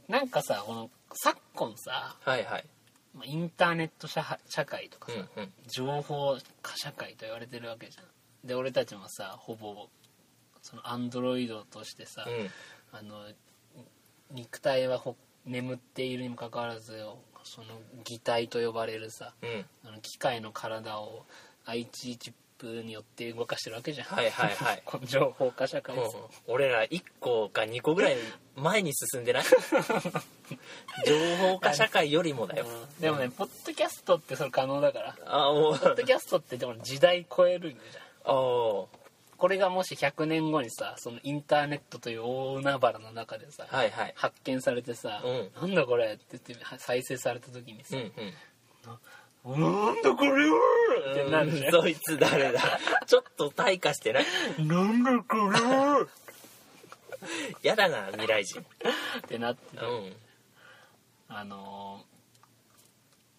Speaker 1: なんかさこの昨今さ
Speaker 2: はいはい
Speaker 1: まあインターネット社社会とか
Speaker 2: う
Speaker 1: さ、
Speaker 2: んうん
Speaker 1: 情報化社会と言われてるわけじゃんで俺たちもさほぼそのアンドロイドとしてさ、
Speaker 2: うん
Speaker 1: あの肉体はほ眠っているにもかかわらずその擬態と呼ばれるさ
Speaker 2: うん
Speaker 1: あの機械の体を IC チップによって動かしてるわけじゃん、
Speaker 2: はいはいはい
Speaker 1: この情報化社会さ
Speaker 2: うん俺ら1個か2個ぐらい前に進んでない 情報化社会よりもだよ
Speaker 1: うんでもね、ポッドキャストってそれ可能だから
Speaker 2: あもう
Speaker 1: ポッドキャストってでも時代超えるんじゃん
Speaker 2: あー
Speaker 1: これがもし100年後にさそのインターネットという大海原の中でさ、
Speaker 2: はいはい
Speaker 1: 発見されてさ
Speaker 2: うん
Speaker 1: 「なんだこれ」って言っては再生された時に
Speaker 2: う
Speaker 1: さ
Speaker 2: んう
Speaker 1: 「
Speaker 2: ん
Speaker 1: なんだこれは!」ってなるじゃん
Speaker 2: そいつ誰だちょっと退化してない
Speaker 1: 「なんだこれは!」
Speaker 2: やだな未来人
Speaker 1: ってなって
Speaker 2: うん
Speaker 1: あの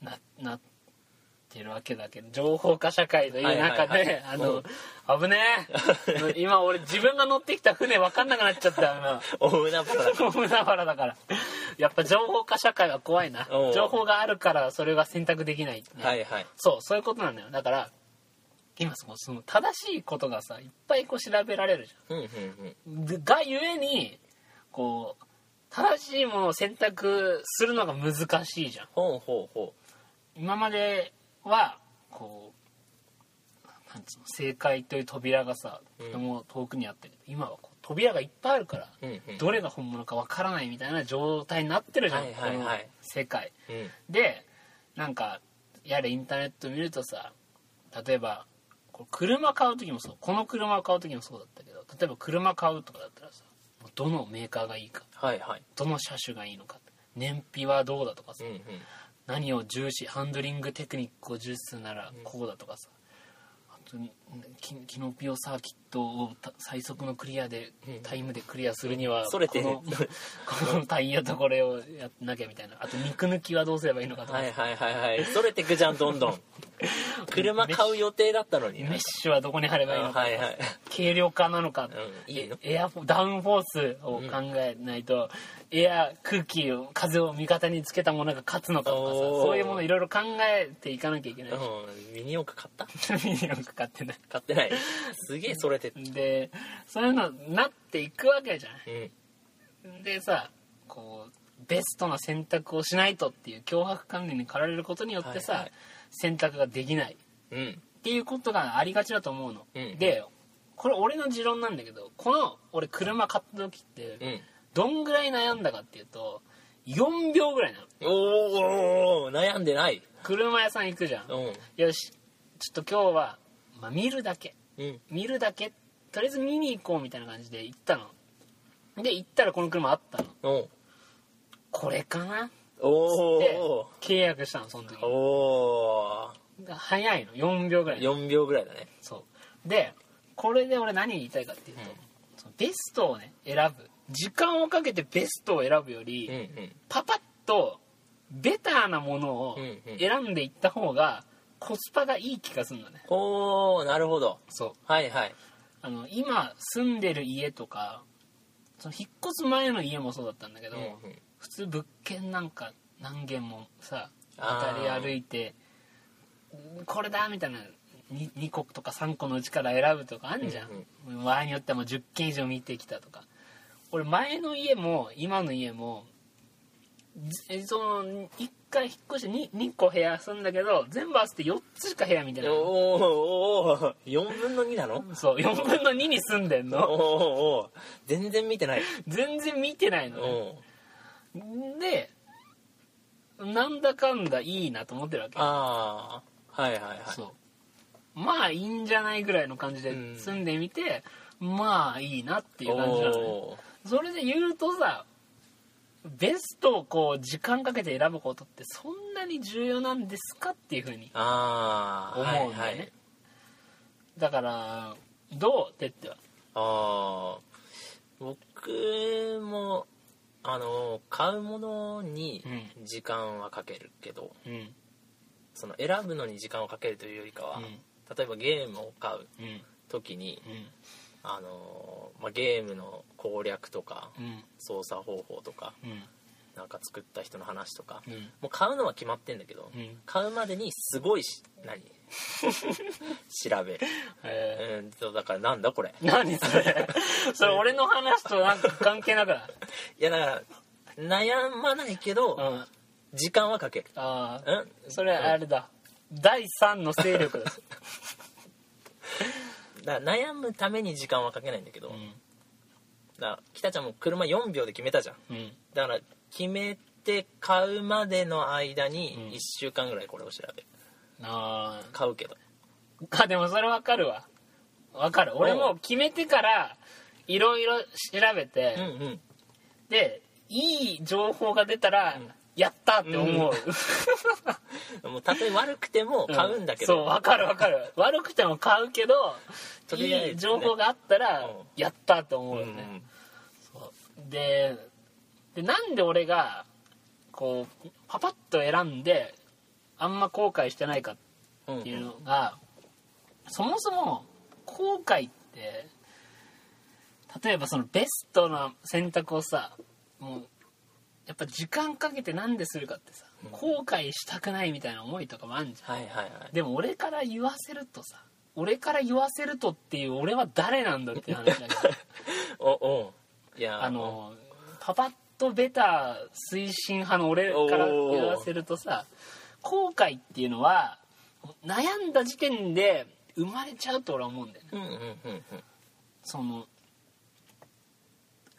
Speaker 1: ーななってるわけだけど情報化社会という中
Speaker 2: はいはいは
Speaker 1: で
Speaker 2: い
Speaker 1: あの危ね え今 俺自分が乗ってきた船分かんなくなっちゃったよな
Speaker 2: 大海原だ
Speaker 1: 海原だからやっぱ情報化社会は怖いな
Speaker 2: おう
Speaker 1: 情報があるからそれが選択できない、ね
Speaker 2: はいはい
Speaker 1: そうそういうことなんだよだから今そのその正しいことがさいっぱいこう調べられるじ
Speaker 2: うんうんうん
Speaker 1: ゃんでがゆえにこう正しいものを選択するのが難しいじゃん
Speaker 2: ほうほうほ
Speaker 1: 今まではこうなんつうの正解という扉がさ
Speaker 2: うん
Speaker 1: とても遠くにあって、今はこう扉がいっぱいあるから、
Speaker 2: ううんうん
Speaker 1: どれが本物かわからないみたいな状態になってるじゃん、
Speaker 2: はいはいはい
Speaker 1: この世界
Speaker 2: うん
Speaker 1: でなんかやれインターネット見るとさ例えばこう車買う時もそうこの車を買う時もそうだったけど例えば車買うとかだったらさもうどのメーカーがいいか
Speaker 2: はいはい
Speaker 1: どの車種がいいのか燃費はどうだとかさ
Speaker 2: うんうん
Speaker 1: 何を重視ハンドリングテクニックを重視するならこうだとかさ、あとキキノピオサーキットをた最速のクリアで、
Speaker 2: うん
Speaker 1: タイムでクリアするには
Speaker 2: それて
Speaker 1: このこのタイヤとこれをやんなきゃみたいなあと肉抜きはどうすればいいのかとか、
Speaker 2: はいはいはいはいそれてくじゃんど んどん車買う予定だったのに
Speaker 1: メ
Speaker 2: な
Speaker 1: ッシュはどこに貼ればいいのか、
Speaker 2: はいはい
Speaker 1: 軽量化なのか、
Speaker 2: うんいいの
Speaker 1: エアフォダウンフォースを考えないと、エア空気を風を味方につけたものが勝つのかとかさ
Speaker 2: おー
Speaker 1: そういうものいろいろ考えていかなきゃいけない し、
Speaker 2: うんミニ四駆買った
Speaker 1: ミニ四駆買ってない
Speaker 2: 買ってないすげえそれて
Speaker 1: でそういうのになっていくわけじゃな
Speaker 2: うん
Speaker 1: いでさこうベストな選択をしないとっていう脅迫観念に駆られることによってさ、
Speaker 2: はいはい
Speaker 1: 選択ができないっ
Speaker 2: うん
Speaker 1: ていうことがありがちだと思うの、
Speaker 2: うん
Speaker 1: でこれ俺の持論なんだけどこの俺車買った時って
Speaker 2: うん
Speaker 1: どんぐらい悩んだかっていうと4秒ぐらいなの
Speaker 2: おーおーおー悩んでない
Speaker 1: 車屋さん行くじゃん
Speaker 2: うん
Speaker 1: よしちょっと今日は、まあ、見るだけ
Speaker 2: うん
Speaker 1: 見るだけとりあえず見に行こうみたいな感じで行ったので行ったらこの車あったの
Speaker 2: お
Speaker 1: これかな
Speaker 2: お
Speaker 1: で
Speaker 2: ー
Speaker 1: 契約したのその時
Speaker 2: おー
Speaker 1: 早いの4秒ぐらい
Speaker 2: 4秒ぐらいだね
Speaker 1: そうでこれで俺何言いたいかっていうと、そのベストをね選ぶ時間をかけてベストを選ぶより、
Speaker 2: うんうん
Speaker 1: パパッとベターなものを
Speaker 2: うんうん
Speaker 1: 選んでいった方がコスパがいい気がするんだね
Speaker 2: おーなるほど
Speaker 1: そう
Speaker 2: はいはい
Speaker 1: あの今住んでる家とかその引っ越す前の家もそうだったんだけど、
Speaker 2: うんうん
Speaker 1: 普通物件なんか何軒もさ
Speaker 2: あー
Speaker 1: 渡り歩いてこれだみたいな 2, 2個とか3個のうちから選ぶとかあんじゃん、場合によってはもう10軒以上見てきたとか俺前の家も今の家もずその1回引っ越して 2, 2個部屋住んだけど全部合わせて4つしか部屋みたいなの
Speaker 2: おーおー4分の2なの
Speaker 1: そう4分の2に住んでん
Speaker 2: おー
Speaker 1: の
Speaker 2: おー全然見てない
Speaker 1: 全然見てないのね
Speaker 2: お
Speaker 1: でなんだかんだいいなと思ってるわけ
Speaker 2: ああはいはいはい
Speaker 1: そうまあいいんじゃないぐらいの感じで
Speaker 2: うん
Speaker 1: 住んでみて、まあいいなっていう感じなのね
Speaker 2: おー
Speaker 1: それで言うとさベストをこう時間かけて選ぶことってそんなに重要なんですかっていうふうに
Speaker 2: ああ
Speaker 1: 思うんだよね、だからどうてっては
Speaker 2: ああ僕もあの買うものに時間はかけるけど、
Speaker 1: うん
Speaker 2: その選ぶのに時間をかけるというよりかは、例えばゲームを買う
Speaker 1: うんうん
Speaker 2: 時に
Speaker 1: うん
Speaker 2: あの、まあ、ゲームの攻略とか
Speaker 1: うん
Speaker 2: 操作方法とか
Speaker 1: うん
Speaker 2: なんか作った人の話とか、
Speaker 1: うん
Speaker 2: もう買うのは決まってんだけど、
Speaker 1: うん
Speaker 2: 買うまでにすごいし 何調べる
Speaker 1: え
Speaker 2: うんとだからなんだこれ
Speaker 1: ー何それそれ俺の話となんか関係なくない
Speaker 2: いやだから悩まないけど、
Speaker 1: うん
Speaker 2: 時間はかける
Speaker 1: ああ
Speaker 2: うん
Speaker 1: それはあれだ第三の勢力です
Speaker 2: だから悩むために時間はかけないんだけど、
Speaker 1: ん
Speaker 2: だから北ちゃんも車4秒で決めたじゃん
Speaker 1: うん
Speaker 2: だから決めて買うまでの間
Speaker 1: うん
Speaker 2: に1週間ぐらいこれを調べる
Speaker 1: あー
Speaker 2: 買うけど
Speaker 1: あでもそれわかるわわかる俺も決めてからいろいろ調べて、
Speaker 2: うんうん
Speaker 1: でいい情報が出たら、やったって思う、
Speaker 2: もうたとえ悪くても買うんだけど、
Speaker 1: そうわかるわかる悪くても買うけど
Speaker 2: とりあえずね
Speaker 1: いい情報があったら、
Speaker 2: うん
Speaker 1: やったって思う
Speaker 2: うん
Speaker 1: よ
Speaker 2: う
Speaker 1: ね、
Speaker 2: ん
Speaker 1: ででなんで俺がこうパパッと選んであんま後悔してないか
Speaker 2: うん
Speaker 1: っていうのが、そもそも後悔って例えばそのベストな選択をさもうやっぱ時間かけてなんでするかってさ
Speaker 2: うん
Speaker 1: 後悔したくないみたいな思いとかもあんじゃん、
Speaker 2: はいはいはい
Speaker 1: でも俺から言わせるとさ俺から言わせるとっていう俺は誰なんだっていう話だけど
Speaker 2: おおういや
Speaker 1: あのパパッとベタ推進派の俺から言わせるとさ後悔っていうのは悩んだ時点で生まれちゃうと俺は思うんだよね
Speaker 2: うんうんうんうん
Speaker 1: その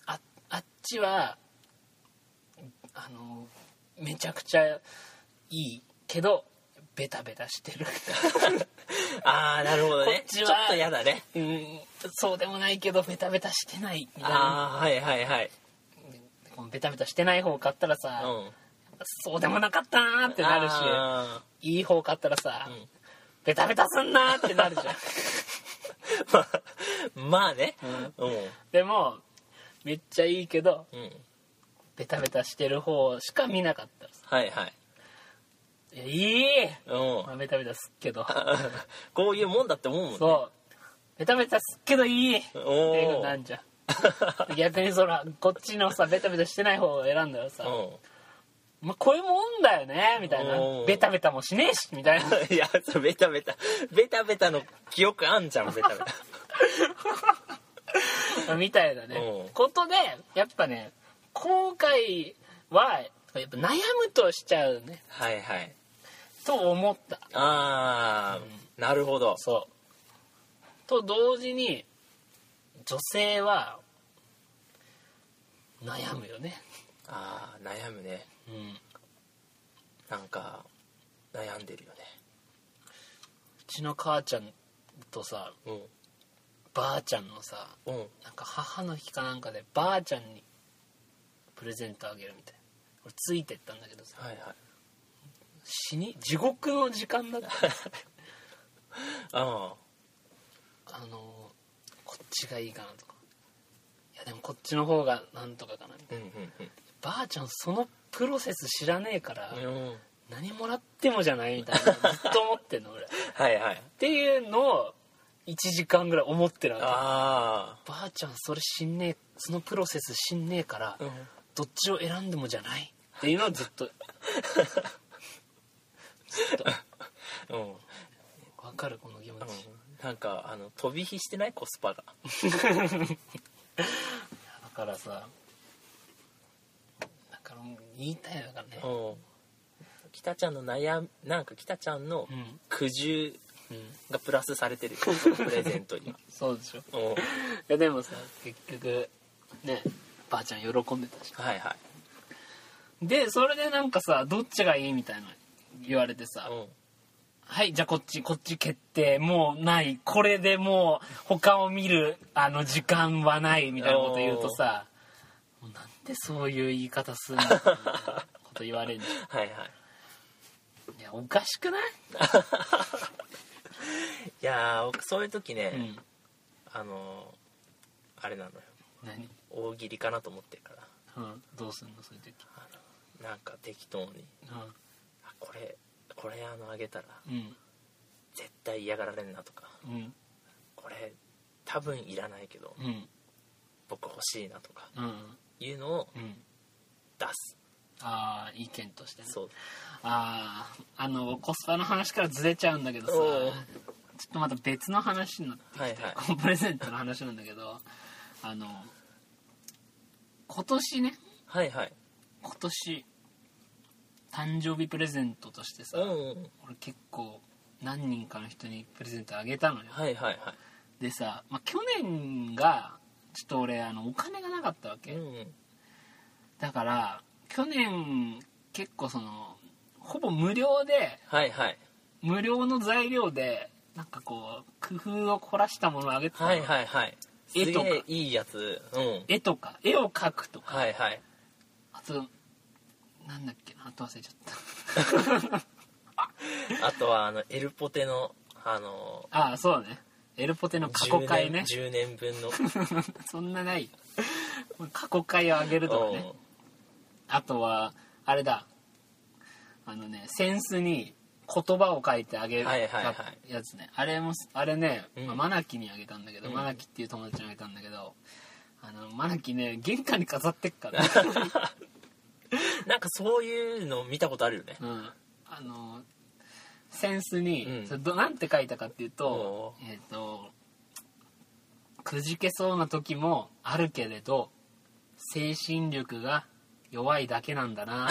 Speaker 1: ああっちはあのめちゃくちゃいいけどベタベタしてる
Speaker 2: ああなるほどね
Speaker 1: こっ
Speaker 2: ち
Speaker 1: ち
Speaker 2: ょ
Speaker 1: は
Speaker 2: っとやだね
Speaker 1: うんそうでもないけどベタベタしてないみたいな
Speaker 2: ああはいはいはい
Speaker 1: このベタベタしてない方買ったらさ、
Speaker 2: うん
Speaker 1: そうでもなかったなーってなるし
Speaker 2: あ
Speaker 1: いい方買ったらさ、
Speaker 2: うん
Speaker 1: ベタベタすんなーってなるじゃん
Speaker 2: ー まあまあねうん
Speaker 1: でもめっちゃいいけど
Speaker 2: うん
Speaker 1: ベタベタしてる方しか見なかったらさ
Speaker 2: はいはい
Speaker 1: 「いやいい!」
Speaker 2: うん
Speaker 1: まあ、ベタベタすっけど
Speaker 2: こういうもんだって思うもんね
Speaker 1: そうベタベタすっけどいいって
Speaker 2: お
Speaker 1: いう
Speaker 2: ー
Speaker 1: のなんじ ゃん逆にそらこっちのさベタベタしてない方を選んだらさ
Speaker 2: う
Speaker 1: 「まあ、こういうもんだよね」みたいな「
Speaker 2: おー
Speaker 1: ベタベタもしねえし」みたいな
Speaker 2: んいやそうベタベタベタベタの記憶あんじゃんベタ ベタ
Speaker 1: みたいな
Speaker 2: う
Speaker 1: ね
Speaker 2: ん
Speaker 1: ことでやっぱね後悔はやっぱ悩むとしちゃうね
Speaker 2: はいはい
Speaker 1: と思った
Speaker 2: ああ、なるほど
Speaker 1: そうと同時に女性は悩むよね
Speaker 2: ああ悩むね
Speaker 1: うん
Speaker 2: なんか悩んでるよね
Speaker 1: うちの母ちゃんとさばあちゃんのさ
Speaker 2: うんうん
Speaker 1: なんか母の日かなんかでばあちゃんにプレゼントあげるみたいな俺ついてったんだけどさ
Speaker 2: はいはい
Speaker 1: 死に地獄の時間だった
Speaker 2: あ
Speaker 1: あのこっちがいいかなとかいやでもこっちの方がなんとかかなみたい
Speaker 2: あうんうん
Speaker 1: なばあちゃんそのプロセス知らねえから、
Speaker 2: うんうん
Speaker 1: 何もらってもじゃないみ たいなずっと思ってんの俺っ
Speaker 2: はいはい
Speaker 1: ていうのを1時間ぐらい思ってるわけ
Speaker 2: あ
Speaker 1: ばあちゃんそれ死んねえそのプロセス死んねえから、
Speaker 2: あうん
Speaker 1: どっちを選んでもじゃないっていうのはずっとずっと
Speaker 2: うん
Speaker 1: わかるこの気持
Speaker 2: うん
Speaker 1: ち
Speaker 2: なんかあの飛び火してないコスパが
Speaker 1: だからさだからもう言いたいだからね
Speaker 2: うん北ちゃんの悩みなんか北ちゃんの
Speaker 1: うん
Speaker 2: 苦渋
Speaker 1: うん
Speaker 2: がプラスされ てるよプレゼントには
Speaker 1: そうでしょい
Speaker 2: うん
Speaker 1: やでもさ結局ねばあちゃん喜んでたし
Speaker 2: はいはい
Speaker 1: でそれでなんかさどっちがいいみたいな言われてさ、
Speaker 2: うん
Speaker 1: はいじゃあこっちこっち決定もうないこれでもう他を見るあの時間はないみたいなこと言うとさもうなんでそういう言い方すん のみたいなこと言われるの
Speaker 2: はいはい
Speaker 1: いやおかしくない、
Speaker 2: いやー僕そういう時ね、
Speaker 1: うん、
Speaker 2: あのーあれなのよ
Speaker 1: 何、
Speaker 2: 大喜利かなと思ってるから
Speaker 1: うん、どうすんのそういう時、
Speaker 2: あのなんか適当にあこれこれあのあげたら
Speaker 1: うん
Speaker 2: 絶対嫌がられんなとか
Speaker 1: うん
Speaker 2: これ多分いらないけど
Speaker 1: うん
Speaker 2: 僕欲しいなとか
Speaker 1: うん
Speaker 2: いうのを
Speaker 1: うん
Speaker 2: 出す
Speaker 1: ああ意見としてね
Speaker 2: そう
Speaker 1: あああのコスパの話からずれちゃうんだけどさち
Speaker 2: お
Speaker 1: ょ
Speaker 2: う
Speaker 1: っとまた別の話になってきて、
Speaker 2: はいはい
Speaker 1: このプレゼントの話なんだけどあの今年ね
Speaker 2: はいはい
Speaker 1: 今年誕生日プレゼントとしてさ、
Speaker 2: うんうん
Speaker 1: 俺結構何人かの人にプレゼントあげたのよ
Speaker 2: はいはいは
Speaker 1: でさ、まあ、去年がちょっと俺あのお金がなかったわ
Speaker 2: い
Speaker 1: け、
Speaker 2: うんうん
Speaker 1: だから去年結構そのほぼ無料で
Speaker 2: はいはい
Speaker 1: 無料の材料でなんかこう工夫を凝らしたものをあげてたの
Speaker 2: はいはいはいす
Speaker 1: 絵
Speaker 2: げ
Speaker 1: とか
Speaker 2: えいいやつうん
Speaker 1: 絵とか絵を描くとか
Speaker 2: はいはい
Speaker 1: あとなんだっけなあと忘れちゃった
Speaker 2: あとはあのエルポテのあの
Speaker 1: ああそうねエルポテの過去回ね
Speaker 2: 10年10年分の
Speaker 1: そんなないよ過去回をあげるとかねあとはあれだあのねセンスに言葉を書いてあげる
Speaker 2: はいはいはい
Speaker 1: やつねあれもあれね、
Speaker 2: うん
Speaker 1: まあマナキにあげたんだけど、
Speaker 2: うん
Speaker 1: マナキっていう友 達にあげたんだけどあのマナキね玄関に飾ってっから、
Speaker 2: うんなんかそういうの見たことあるよね
Speaker 1: うん、あのセンスに、
Speaker 2: うん
Speaker 1: それどなんて書いたかっていうと
Speaker 2: お
Speaker 1: えっ、とくじけそうな時もあるけれど精神力が弱いだけなんだ な
Speaker 2: い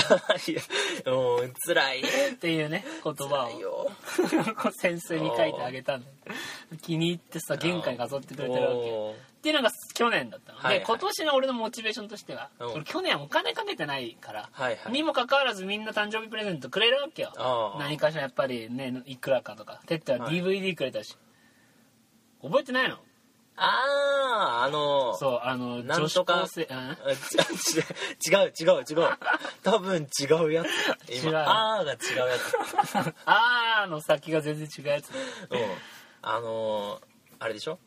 Speaker 2: やもう辛い
Speaker 1: っていうね言葉
Speaker 2: 辛 い
Speaker 1: を
Speaker 2: よ
Speaker 1: 先生に書いてあげたんだ気に入ってさ玄関に飾ってくれてるわけ
Speaker 2: おー
Speaker 1: っていうのが去年だったの、
Speaker 2: はいはい
Speaker 1: で今年の俺のモチベーションとしては、
Speaker 2: うん
Speaker 1: 俺去年お金かけてないから、
Speaker 2: はいはい
Speaker 1: にもかかわらずみんな誕生日プレゼントくれるわけよ
Speaker 2: あー
Speaker 1: 何かしらやっぱりねいくらかとかてっては
Speaker 2: はい
Speaker 1: DVD くれたし、覚えてないの
Speaker 2: あーあのー
Speaker 1: そうあの
Speaker 2: な
Speaker 1: 女
Speaker 2: ん
Speaker 1: 子
Speaker 2: とか
Speaker 1: 高生 うん
Speaker 2: あち 違う違う違う多分違うやつ
Speaker 1: 違う
Speaker 2: 今あーが違うやつ
Speaker 1: あーの先が全然違うやつ
Speaker 2: うんあのーあれでしょ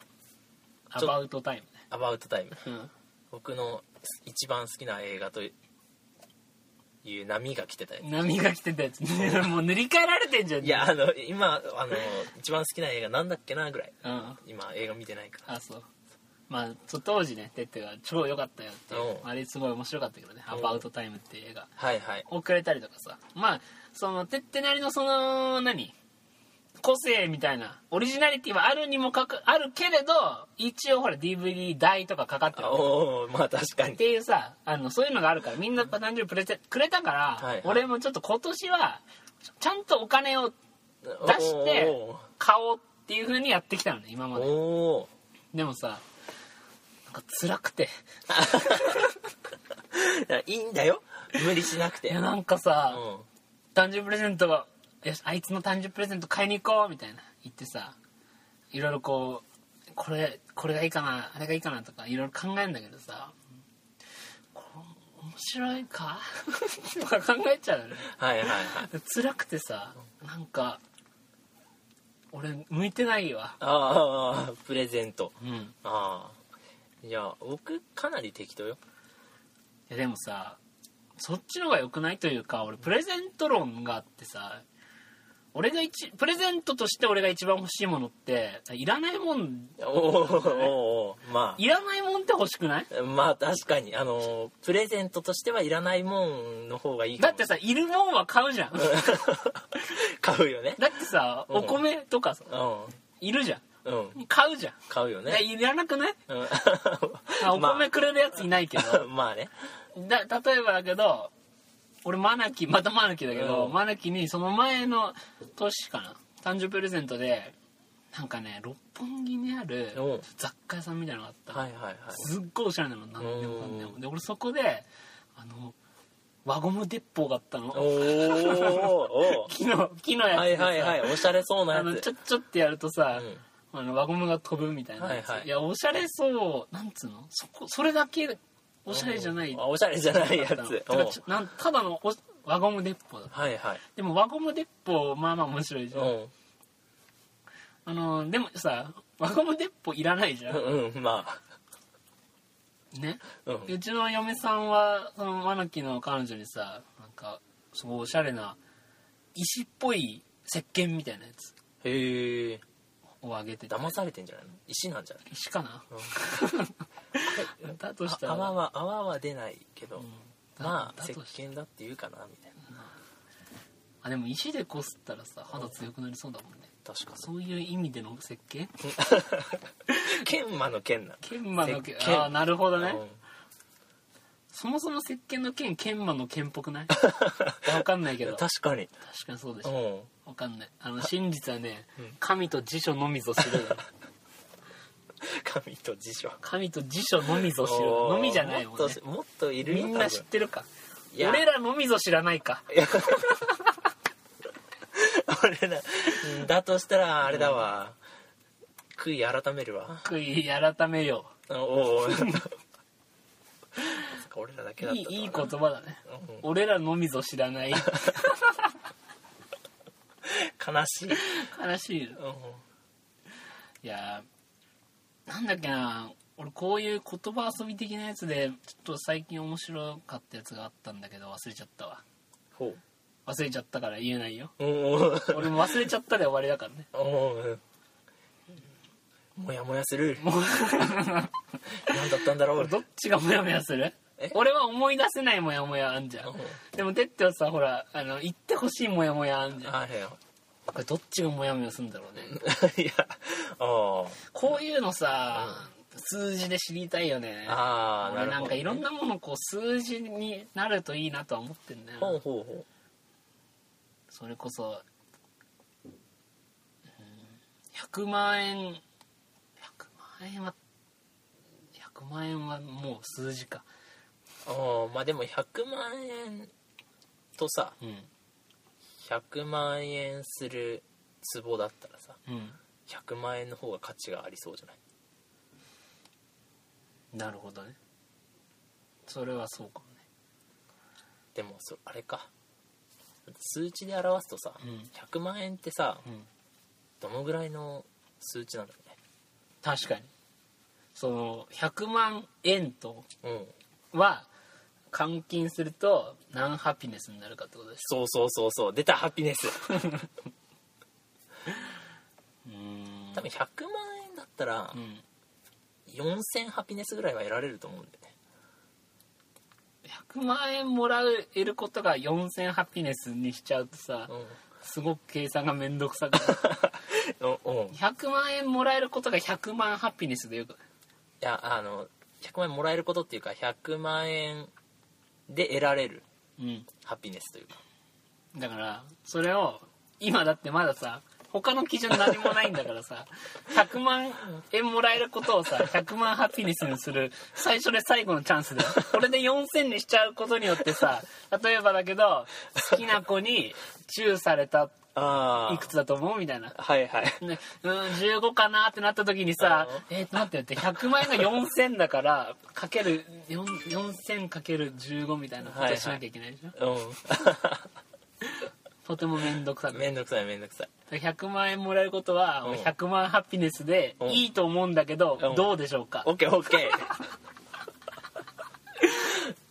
Speaker 1: ア
Speaker 2: ちょ
Speaker 1: バウトタイ
Speaker 2: 「アバウトタイム
Speaker 1: ムね、」
Speaker 2: 僕の一番好きな映画という波が来てたや
Speaker 1: う
Speaker 2: つ
Speaker 1: ん、波が来てたやつ もう塗り替えられてんじゃん
Speaker 2: いやあの今あの一番好きな映画なんだっけなぐらい
Speaker 1: うん
Speaker 2: 今映画見てないから
Speaker 1: あそうまあそう当時ねてってが超良かったよっていう
Speaker 2: おう
Speaker 1: あれすごい面白かったけどね「ア
Speaker 2: おう
Speaker 1: バウトタイム」っていう映画
Speaker 2: はいはい
Speaker 1: をくれたりとかさまあそのてってなりのその何個性みたいなオリジナリティはあるにもかかあるけれど一応ほら DVD 代とかかかってる
Speaker 2: あおおまあ確か
Speaker 1: っ
Speaker 2: に
Speaker 1: ていうさあのそういうのがあるからみんな誕生日プレゼンくれたから、
Speaker 2: はいはい
Speaker 1: 俺もちょっと今年はちょちゃんとお金を出して
Speaker 2: お
Speaker 1: 買おうっていう風にやってきたのね今
Speaker 2: ー
Speaker 1: まで
Speaker 2: おー
Speaker 1: でもさなんか辛くて
Speaker 2: いやいいんだよ無理しなくて
Speaker 1: いうや
Speaker 2: ん
Speaker 1: なんかさ、誕生日プレゼントがよしあいつの誕生日プレゼント買いに行こうみたいな言ってさいろいろこうこれこれがいいかなあれがいいかなとかいろいろ考えるんだけどさこれ面白いか とか考えちゃうよね
Speaker 2: はいはいはい
Speaker 1: 辛くてさなんか俺向いてないわ
Speaker 2: ああプレゼント
Speaker 1: うんい
Speaker 2: ああいや僕かなり適当よ
Speaker 1: やでもさそっちの方が良くないというか俺プレゼント論があってさ俺が一プレゼントとして俺が一番欲しいものっていらないもん
Speaker 2: おーおーま
Speaker 1: いらないもんって欲しくない
Speaker 2: あ まあ確かにあのプレゼントとしてはいらないもんの方がいいか
Speaker 1: だ
Speaker 2: も
Speaker 1: ってさいるもんは買うじゃんだ
Speaker 2: 買うよね
Speaker 1: ってさ
Speaker 2: うん
Speaker 1: お米とかさ
Speaker 2: う
Speaker 1: いるじゃ
Speaker 2: んうん
Speaker 1: ん買うじゃん
Speaker 2: 買うよ
Speaker 1: だから
Speaker 2: ね
Speaker 1: いらなくない
Speaker 2: うん
Speaker 1: あお
Speaker 2: ま
Speaker 1: 米くれるやついないけど、
Speaker 2: あ まあね
Speaker 1: だ例えばだけど俺マナキまたマナキだけど、
Speaker 2: うん
Speaker 1: マナキにその前の年かな誕生日プレゼントでなんかね六本木にある
Speaker 2: うん
Speaker 1: 雑貨屋さんみたいなのがあった、
Speaker 2: はいはいはい
Speaker 1: すっごいおしゃれなの何でもかんでもで俺そこであの輪ゴム鉄砲があったの
Speaker 2: おーお ー
Speaker 1: 木の木のやつ
Speaker 2: は
Speaker 1: で
Speaker 2: い
Speaker 1: さ、
Speaker 2: はいはいおしゃれそうな
Speaker 1: あ
Speaker 2: や
Speaker 1: のち
Speaker 2: つ
Speaker 1: ょちょってやるとさ、
Speaker 2: うん
Speaker 1: あの輪ゴムが飛ぶみたいなやつ、
Speaker 2: はいいはい
Speaker 1: やおしゃれそうなんつうのそこそれだけおしゃれじゃない
Speaker 2: あおしゃれじゃないや
Speaker 1: だ
Speaker 2: つ
Speaker 1: からちょ
Speaker 2: うん
Speaker 1: なんただのお輪ゴム鉄砲だった
Speaker 2: はいはい
Speaker 1: でも輪ゴム鉄砲まあまあ面白いじ
Speaker 2: う
Speaker 1: ゃん、
Speaker 2: ん
Speaker 1: あのでもさ輪ゴム鉄砲いらないじゃん、
Speaker 2: うんうんまあ
Speaker 1: ね
Speaker 2: うん
Speaker 1: うちの嫁さんはそのマナキの彼女にさなんかすごいおしゃれな石っぽい石鹸みたいなやつ
Speaker 2: へえ
Speaker 1: をあげてて
Speaker 2: 騙されてんじゃないの石なんじゃない
Speaker 1: 石かな、 だとしたら
Speaker 2: 泡は泡は出ないけど、まあ
Speaker 1: だ
Speaker 2: 石
Speaker 1: として
Speaker 2: 鹸だって言うかなみたいな
Speaker 1: あでも石でこすったらさ肌強くなりそうだもんね
Speaker 2: 確か
Speaker 1: そういう意味での石鹸
Speaker 2: に研磨の剣な
Speaker 1: 研磨の剣
Speaker 2: 石鹸
Speaker 1: ああなるほどね、
Speaker 2: うん
Speaker 1: そもそも石鹸の剣研磨の剣っぽく ないわかんないけど確
Speaker 2: 確かに
Speaker 1: かにそうでし
Speaker 2: う
Speaker 1: ょ
Speaker 2: ん
Speaker 1: わかんないあの真実はね
Speaker 2: ん
Speaker 1: 神と辞書のみぞ知 るだろ
Speaker 2: 神と辞書
Speaker 1: 神と辞書のみぞ知る
Speaker 2: おー
Speaker 1: のみじゃないもん
Speaker 2: も
Speaker 1: ね
Speaker 2: っともっといる
Speaker 1: み
Speaker 2: よ
Speaker 1: んな知ってるか
Speaker 2: 多分いや
Speaker 1: 俺らのみぞ知らないか
Speaker 2: 俺らうんだとしたらあれだわ、悔い改めるわ
Speaker 1: 悔い改めよ
Speaker 2: おおーそっか俺らだけ
Speaker 1: う
Speaker 2: だった
Speaker 1: い
Speaker 2: とはい
Speaker 1: いい言葉だね
Speaker 2: うん
Speaker 1: 俺らのみぞ知らない
Speaker 2: 悲しい、
Speaker 1: 悲しいよ
Speaker 2: うん
Speaker 1: いやーなんだっけな俺こういう言葉遊び的なやつでちょっと最近面白かったやつがあったんだけど忘れちゃったわ
Speaker 2: ほ
Speaker 1: 忘れちゃったから言えないよ
Speaker 2: うおー
Speaker 1: 俺も忘れちゃったで終わりだからね
Speaker 2: おうもやもやする
Speaker 1: もう
Speaker 2: 何だったんだろ
Speaker 1: 俺
Speaker 2: う
Speaker 1: どっちがモヤモヤする
Speaker 2: え
Speaker 1: 俺は思い出せないモヤモヤあんじゃん
Speaker 2: う
Speaker 1: でもてってはさほらあの言ってほしいモヤモヤあんじゃん
Speaker 2: あれよ
Speaker 1: これどっちがモヤモヤするんだろうね
Speaker 2: いやあ
Speaker 1: こういうのさ、数字で知りたいよね
Speaker 2: あーな
Speaker 1: 俺
Speaker 2: るほどね
Speaker 1: なんかいろんなものこう数字になるといいなとは思ってんだよ
Speaker 2: ほう
Speaker 1: な
Speaker 2: ほうほ
Speaker 1: それこそ、うん、100万円100万円は100万円はもう数字か
Speaker 2: うああまあでも100万円とさ
Speaker 1: うん
Speaker 2: 100万円する壺だったらさ
Speaker 1: うん
Speaker 2: 100万円の方が価値がありそうじゃない
Speaker 1: なるほどねそれはそうかも
Speaker 2: でもそあれか数値で表すとさ、
Speaker 1: うん
Speaker 2: 100万円ってさ
Speaker 1: ねうん
Speaker 2: どのぐらいの数値なんだろ
Speaker 1: 確かにその100万円と
Speaker 2: うねうん
Speaker 1: は換金すると何ハピネスになるかってことです
Speaker 2: そうそうそうそう出たハピ ネス
Speaker 1: うん
Speaker 2: 多分100万円だったら
Speaker 1: うん
Speaker 2: 4000ハピネスぐらいは得られると思うんだよね
Speaker 1: 100万円もらう得ることが4000ハピネスにしちゃうとさ
Speaker 2: う
Speaker 1: すごく計算がめんどくさくな る
Speaker 2: ん、うんうん、い
Speaker 1: 100万円もらえることが100万ハピネスでよくない
Speaker 2: やあの100万円もらえることっていうか100万円で得られる
Speaker 1: うん
Speaker 2: ハピネスというか
Speaker 1: だからそれを今だってまださ他の基準何もないんだからさ 100万円もらえることをさ100万ハピネスにする最初で最後のチャンスでこれで4000にしちゃうことによってさ例えばだけど好きな子にチューされた
Speaker 2: ああ
Speaker 1: いくつだと思うみたいな。
Speaker 2: はいはい
Speaker 1: ね、うん15かなってなった時にさ「えー、待って待って100万円が4000だからかける4 4000かける15みたいなことしなきゃいけないでしょ、
Speaker 2: う
Speaker 1: とても面倒くさく
Speaker 2: ん めんどくさいめんどくさい
Speaker 1: 100万円もらえることは
Speaker 2: うん
Speaker 1: 100万ハピネスで
Speaker 2: うん
Speaker 1: いいと思うんだけど
Speaker 2: うん
Speaker 1: どうでしょうか
Speaker 2: オッケーオッケ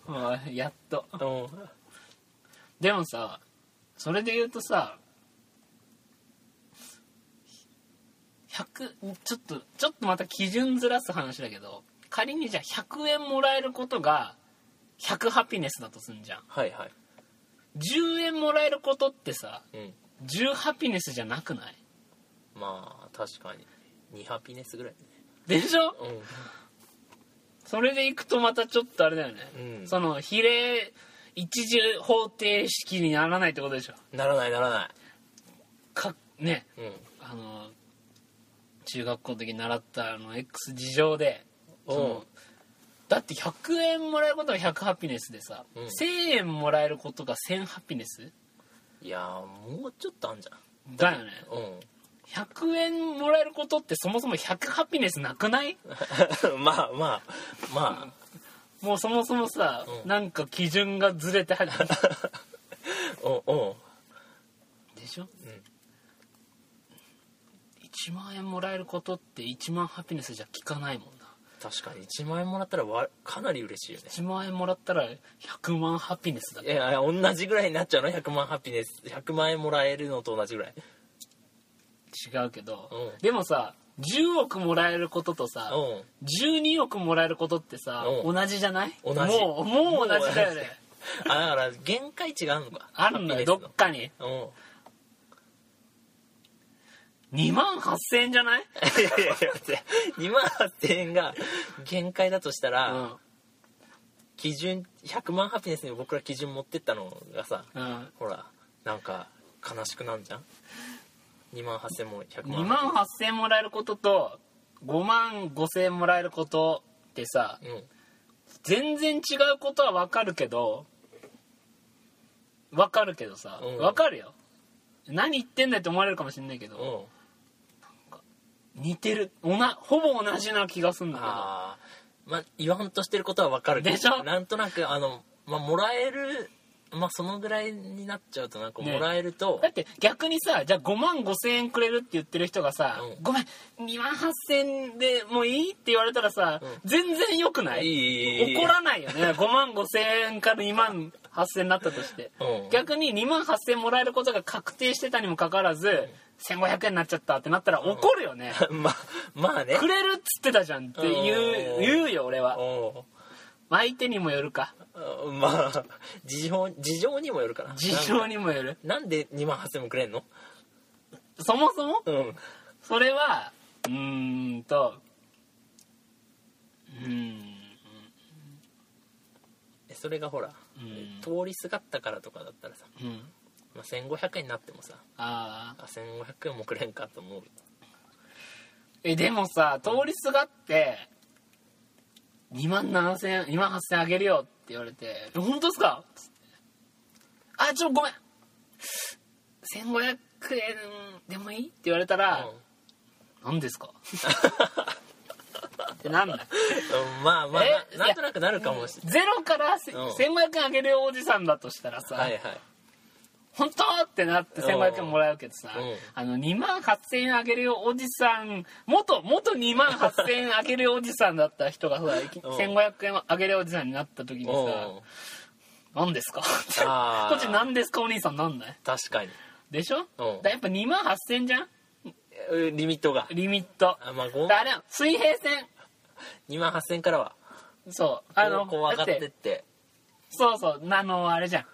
Speaker 1: あーやっと
Speaker 2: ー うん
Speaker 1: でもさそれで言うとさ100ちょっとちょっとまた基準ずらす話だけど仮にじゃあ100円もらえることが100ハピネスだとすんじゃん
Speaker 2: はいはい
Speaker 1: 10円もらえることってさ
Speaker 2: うん
Speaker 1: 10ハピネスじゃなくない
Speaker 2: まあ確かに2ハピネスぐらい
Speaker 1: でしょ
Speaker 2: ね
Speaker 1: それでいくとまたちょっとあれだよね、
Speaker 2: うん
Speaker 1: その比例一次方程式にならないってことでしょ
Speaker 2: うんならないならな
Speaker 1: かね
Speaker 2: いうん
Speaker 1: あの中学校の時に習ったあの X 事情でそのだって100円もらえることが100ハピネスでさ、
Speaker 2: うん
Speaker 1: 1000円もらえることが1000ハピネス
Speaker 2: いやーもうちょっとあんじゃん
Speaker 1: だよね
Speaker 2: う
Speaker 1: 100円もらえることってそもそも100ハピネスなくない
Speaker 2: ん まあまあま
Speaker 1: もうそもそもさ、
Speaker 2: うん
Speaker 1: なんか基準がずれては る
Speaker 2: あおお
Speaker 1: でしょ
Speaker 2: うん
Speaker 1: 1万円もらえることって1万ハピネスじゃ効かないもんな
Speaker 2: 確かに1万円もらったらわかなり嬉しいよね
Speaker 1: 1万円もらったら100万ハピネスだ
Speaker 2: いやいや同じぐらいになっちゃうの100万ハピネス100万円もらえるのと同じぐらい
Speaker 1: 違うけど、
Speaker 2: うん
Speaker 1: でもさ10億もらえることとさ、
Speaker 2: うん
Speaker 1: 12億もらえることってさ、
Speaker 2: うん
Speaker 1: 同じじゃない
Speaker 2: 同じ
Speaker 1: もうもう同じだよね
Speaker 2: あだから限界値があるのか
Speaker 1: あるんだよどっかに
Speaker 2: うん
Speaker 1: 2万8000円じゃない、
Speaker 2: いやいやいや2万8000円が限界だとしたら、基準100万ハピネスに僕ら基準持ってったのがさ
Speaker 1: うん、うん、
Speaker 2: ほらなんか悲しくなんじゃん2万8000も100
Speaker 1: 2
Speaker 2: 万
Speaker 1: 万8000円もらえることと5万5000円もらえることってさ
Speaker 2: うん
Speaker 1: 全然違うことは分かるけど分かるけどさ、
Speaker 2: うん
Speaker 1: 分かるよ何言ってんだよって思われるかもしんないけど、
Speaker 2: うん
Speaker 1: 似てるおなほぼ同じな気がすんだけど
Speaker 2: ああまあ言わんとしてることは分かるけど
Speaker 1: でしょ
Speaker 2: なんとなくあのまあもらえるまあそのぐらいになっちゃうとなんか
Speaker 1: ね
Speaker 2: もらえると、
Speaker 1: だって逆にさじゃあ5万5千円くれるって言ってる人がさ「
Speaker 2: うん
Speaker 1: ごめん2万8千円でもういい?」って言われたらさ、
Speaker 2: うん
Speaker 1: 全然よくないい
Speaker 2: いいいいい
Speaker 1: 怒らないよね5万5千円から2万8千円になったとして、
Speaker 2: うん
Speaker 1: 逆に2万8千円もらえることが確定してたにもかかわらず、1500円になっちゃったってなったら怒るよ ね、
Speaker 2: まあまあね
Speaker 1: くれるっつってたじゃんって言う,、
Speaker 2: うん
Speaker 1: 言うよ俺は
Speaker 2: お
Speaker 1: まあ相手にもよるか
Speaker 2: あまあ事情事情にもよるから
Speaker 1: 事情にもよる
Speaker 2: なんで2万8000もくれんの
Speaker 1: そもそも
Speaker 2: うん
Speaker 1: それはうーんとうーん
Speaker 2: えそれがほら、
Speaker 1: うん
Speaker 2: 通りすがったからとかだったらさ、
Speaker 1: うん
Speaker 2: まあ、1500円になってもさ
Speaker 1: ああ
Speaker 2: あ1500円もくれんかと思う
Speaker 1: えでもさ通りすがって2万7000 2万8000あげるよって言われて「え本当ですか?」っつってあちょごめん1500円でもいい?」って言われたら
Speaker 2: うん
Speaker 1: 「何ですか? 」ってなんだ
Speaker 2: うんまあまあ
Speaker 1: え
Speaker 2: ななんとなくなるかもし れ
Speaker 1: ゼロからせ
Speaker 2: うん
Speaker 1: 1500円あげるおじさんだとしたらさ、
Speaker 2: ない、はいはい
Speaker 1: 本当ってなって1500円もらうけどさ、
Speaker 2: うん
Speaker 1: あの2万8000円あげるおじさん元元2万8000円あげるおじさんだった人がさいき
Speaker 2: うん
Speaker 1: 1500円あげるおじさんになった時にさ
Speaker 2: うん
Speaker 1: 「何ですか?」って
Speaker 2: あー
Speaker 1: こっち「何ですかお兄さんなんだい?
Speaker 2: 確かに」
Speaker 1: でしょ、
Speaker 2: うん
Speaker 1: だやっぱ2万8000円じゃん
Speaker 2: えリミットが
Speaker 1: リミット
Speaker 2: あまあご
Speaker 1: だあれは水平線
Speaker 2: 2万8000からは
Speaker 1: そうあの
Speaker 2: こう上
Speaker 1: だ
Speaker 2: が
Speaker 1: っ
Speaker 2: ってってて
Speaker 1: そうそうあのあれじゃん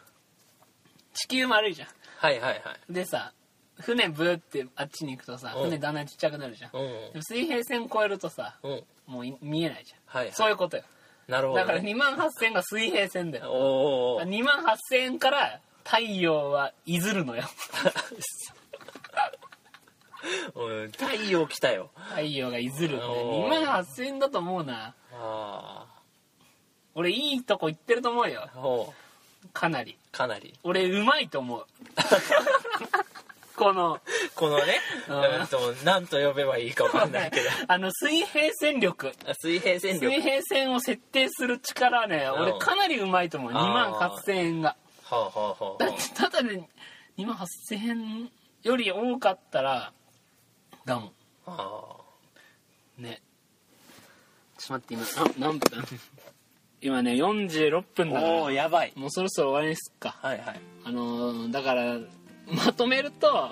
Speaker 1: 地球丸いじゃん
Speaker 2: はいはいはい
Speaker 1: でさ船ブーってあっちに行くとさ
Speaker 2: うん
Speaker 1: 船だんだんちっちゃくなるじゃん、で
Speaker 2: う
Speaker 1: も水平線越えるとさ
Speaker 2: んうん
Speaker 1: もうい見えないじゃん、
Speaker 2: はいはい
Speaker 1: そういうことよ
Speaker 2: なるほど
Speaker 1: だから
Speaker 2: ね
Speaker 1: 2万8000が水平線だよ
Speaker 2: おーおーおー
Speaker 1: 2万8000円から太陽はいずるのよ
Speaker 2: うん太陽来たよ
Speaker 1: 太陽がいずるんだよ
Speaker 2: おー
Speaker 1: 2万8000円だと思うな
Speaker 2: あ
Speaker 1: 俺いいとこ行ってると思うよ
Speaker 2: あおう
Speaker 1: かなり
Speaker 2: かなり
Speaker 1: 俺うまいと思う この
Speaker 2: このね
Speaker 1: うん
Speaker 2: うんと何と呼べばいいか分かんないけど
Speaker 1: あの水平線力
Speaker 2: あ水平線
Speaker 1: 水
Speaker 2: 力
Speaker 1: 平線を設定する力はね俺
Speaker 2: うん
Speaker 1: かなりうまいと思う2万8000円が
Speaker 2: はあはあはあ
Speaker 1: だってただで2万8000円より多かったらだも
Speaker 2: あ
Speaker 1: んねちょっと待って今な何分今ね46分だか
Speaker 2: お
Speaker 1: ら
Speaker 2: おやばい
Speaker 1: もうそろそろ終わりにすっか
Speaker 2: はいはい
Speaker 1: あのーだからまとめると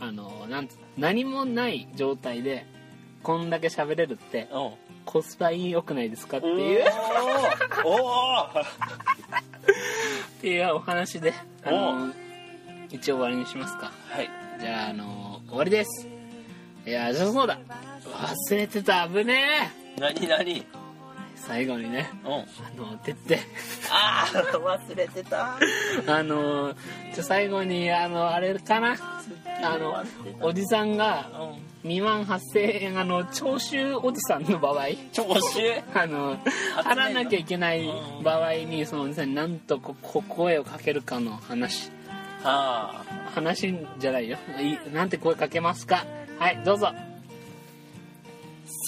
Speaker 1: あのーなんつ何もない状態でこんだけ喋れるって
Speaker 2: おう
Speaker 1: コスパいい良くないですかって
Speaker 2: お
Speaker 1: いう
Speaker 2: ーおー
Speaker 1: っていうお話で、あのー一応終わりにしますか
Speaker 2: はい
Speaker 1: じゃあ、あのー終わりです。いや、じゃあそうだ。忘れてた、危ね
Speaker 2: 何何
Speaker 1: え。最後にね、
Speaker 2: うん
Speaker 1: あの、てって、
Speaker 2: ああ忘れてた
Speaker 1: あのー、じゃあ最後に、あの、あれかな。あの、おじさんが、
Speaker 2: う
Speaker 1: 2万8000円、あの、徴収おじさんの場合、
Speaker 2: ん調子
Speaker 1: あの、払わなきゃいけない場合に、そのおじさんになんとここ声をかけるかの話。
Speaker 2: あ
Speaker 1: 話じゃないよ。いなんて声かけますかはい、どうぞ。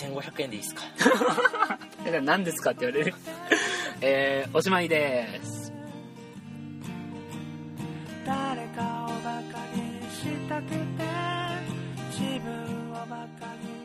Speaker 2: ー1500円でいいですか
Speaker 1: だから何ですかって言われる えー、おしまいです
Speaker 3: 誰かをバカにしたくて自分をバカに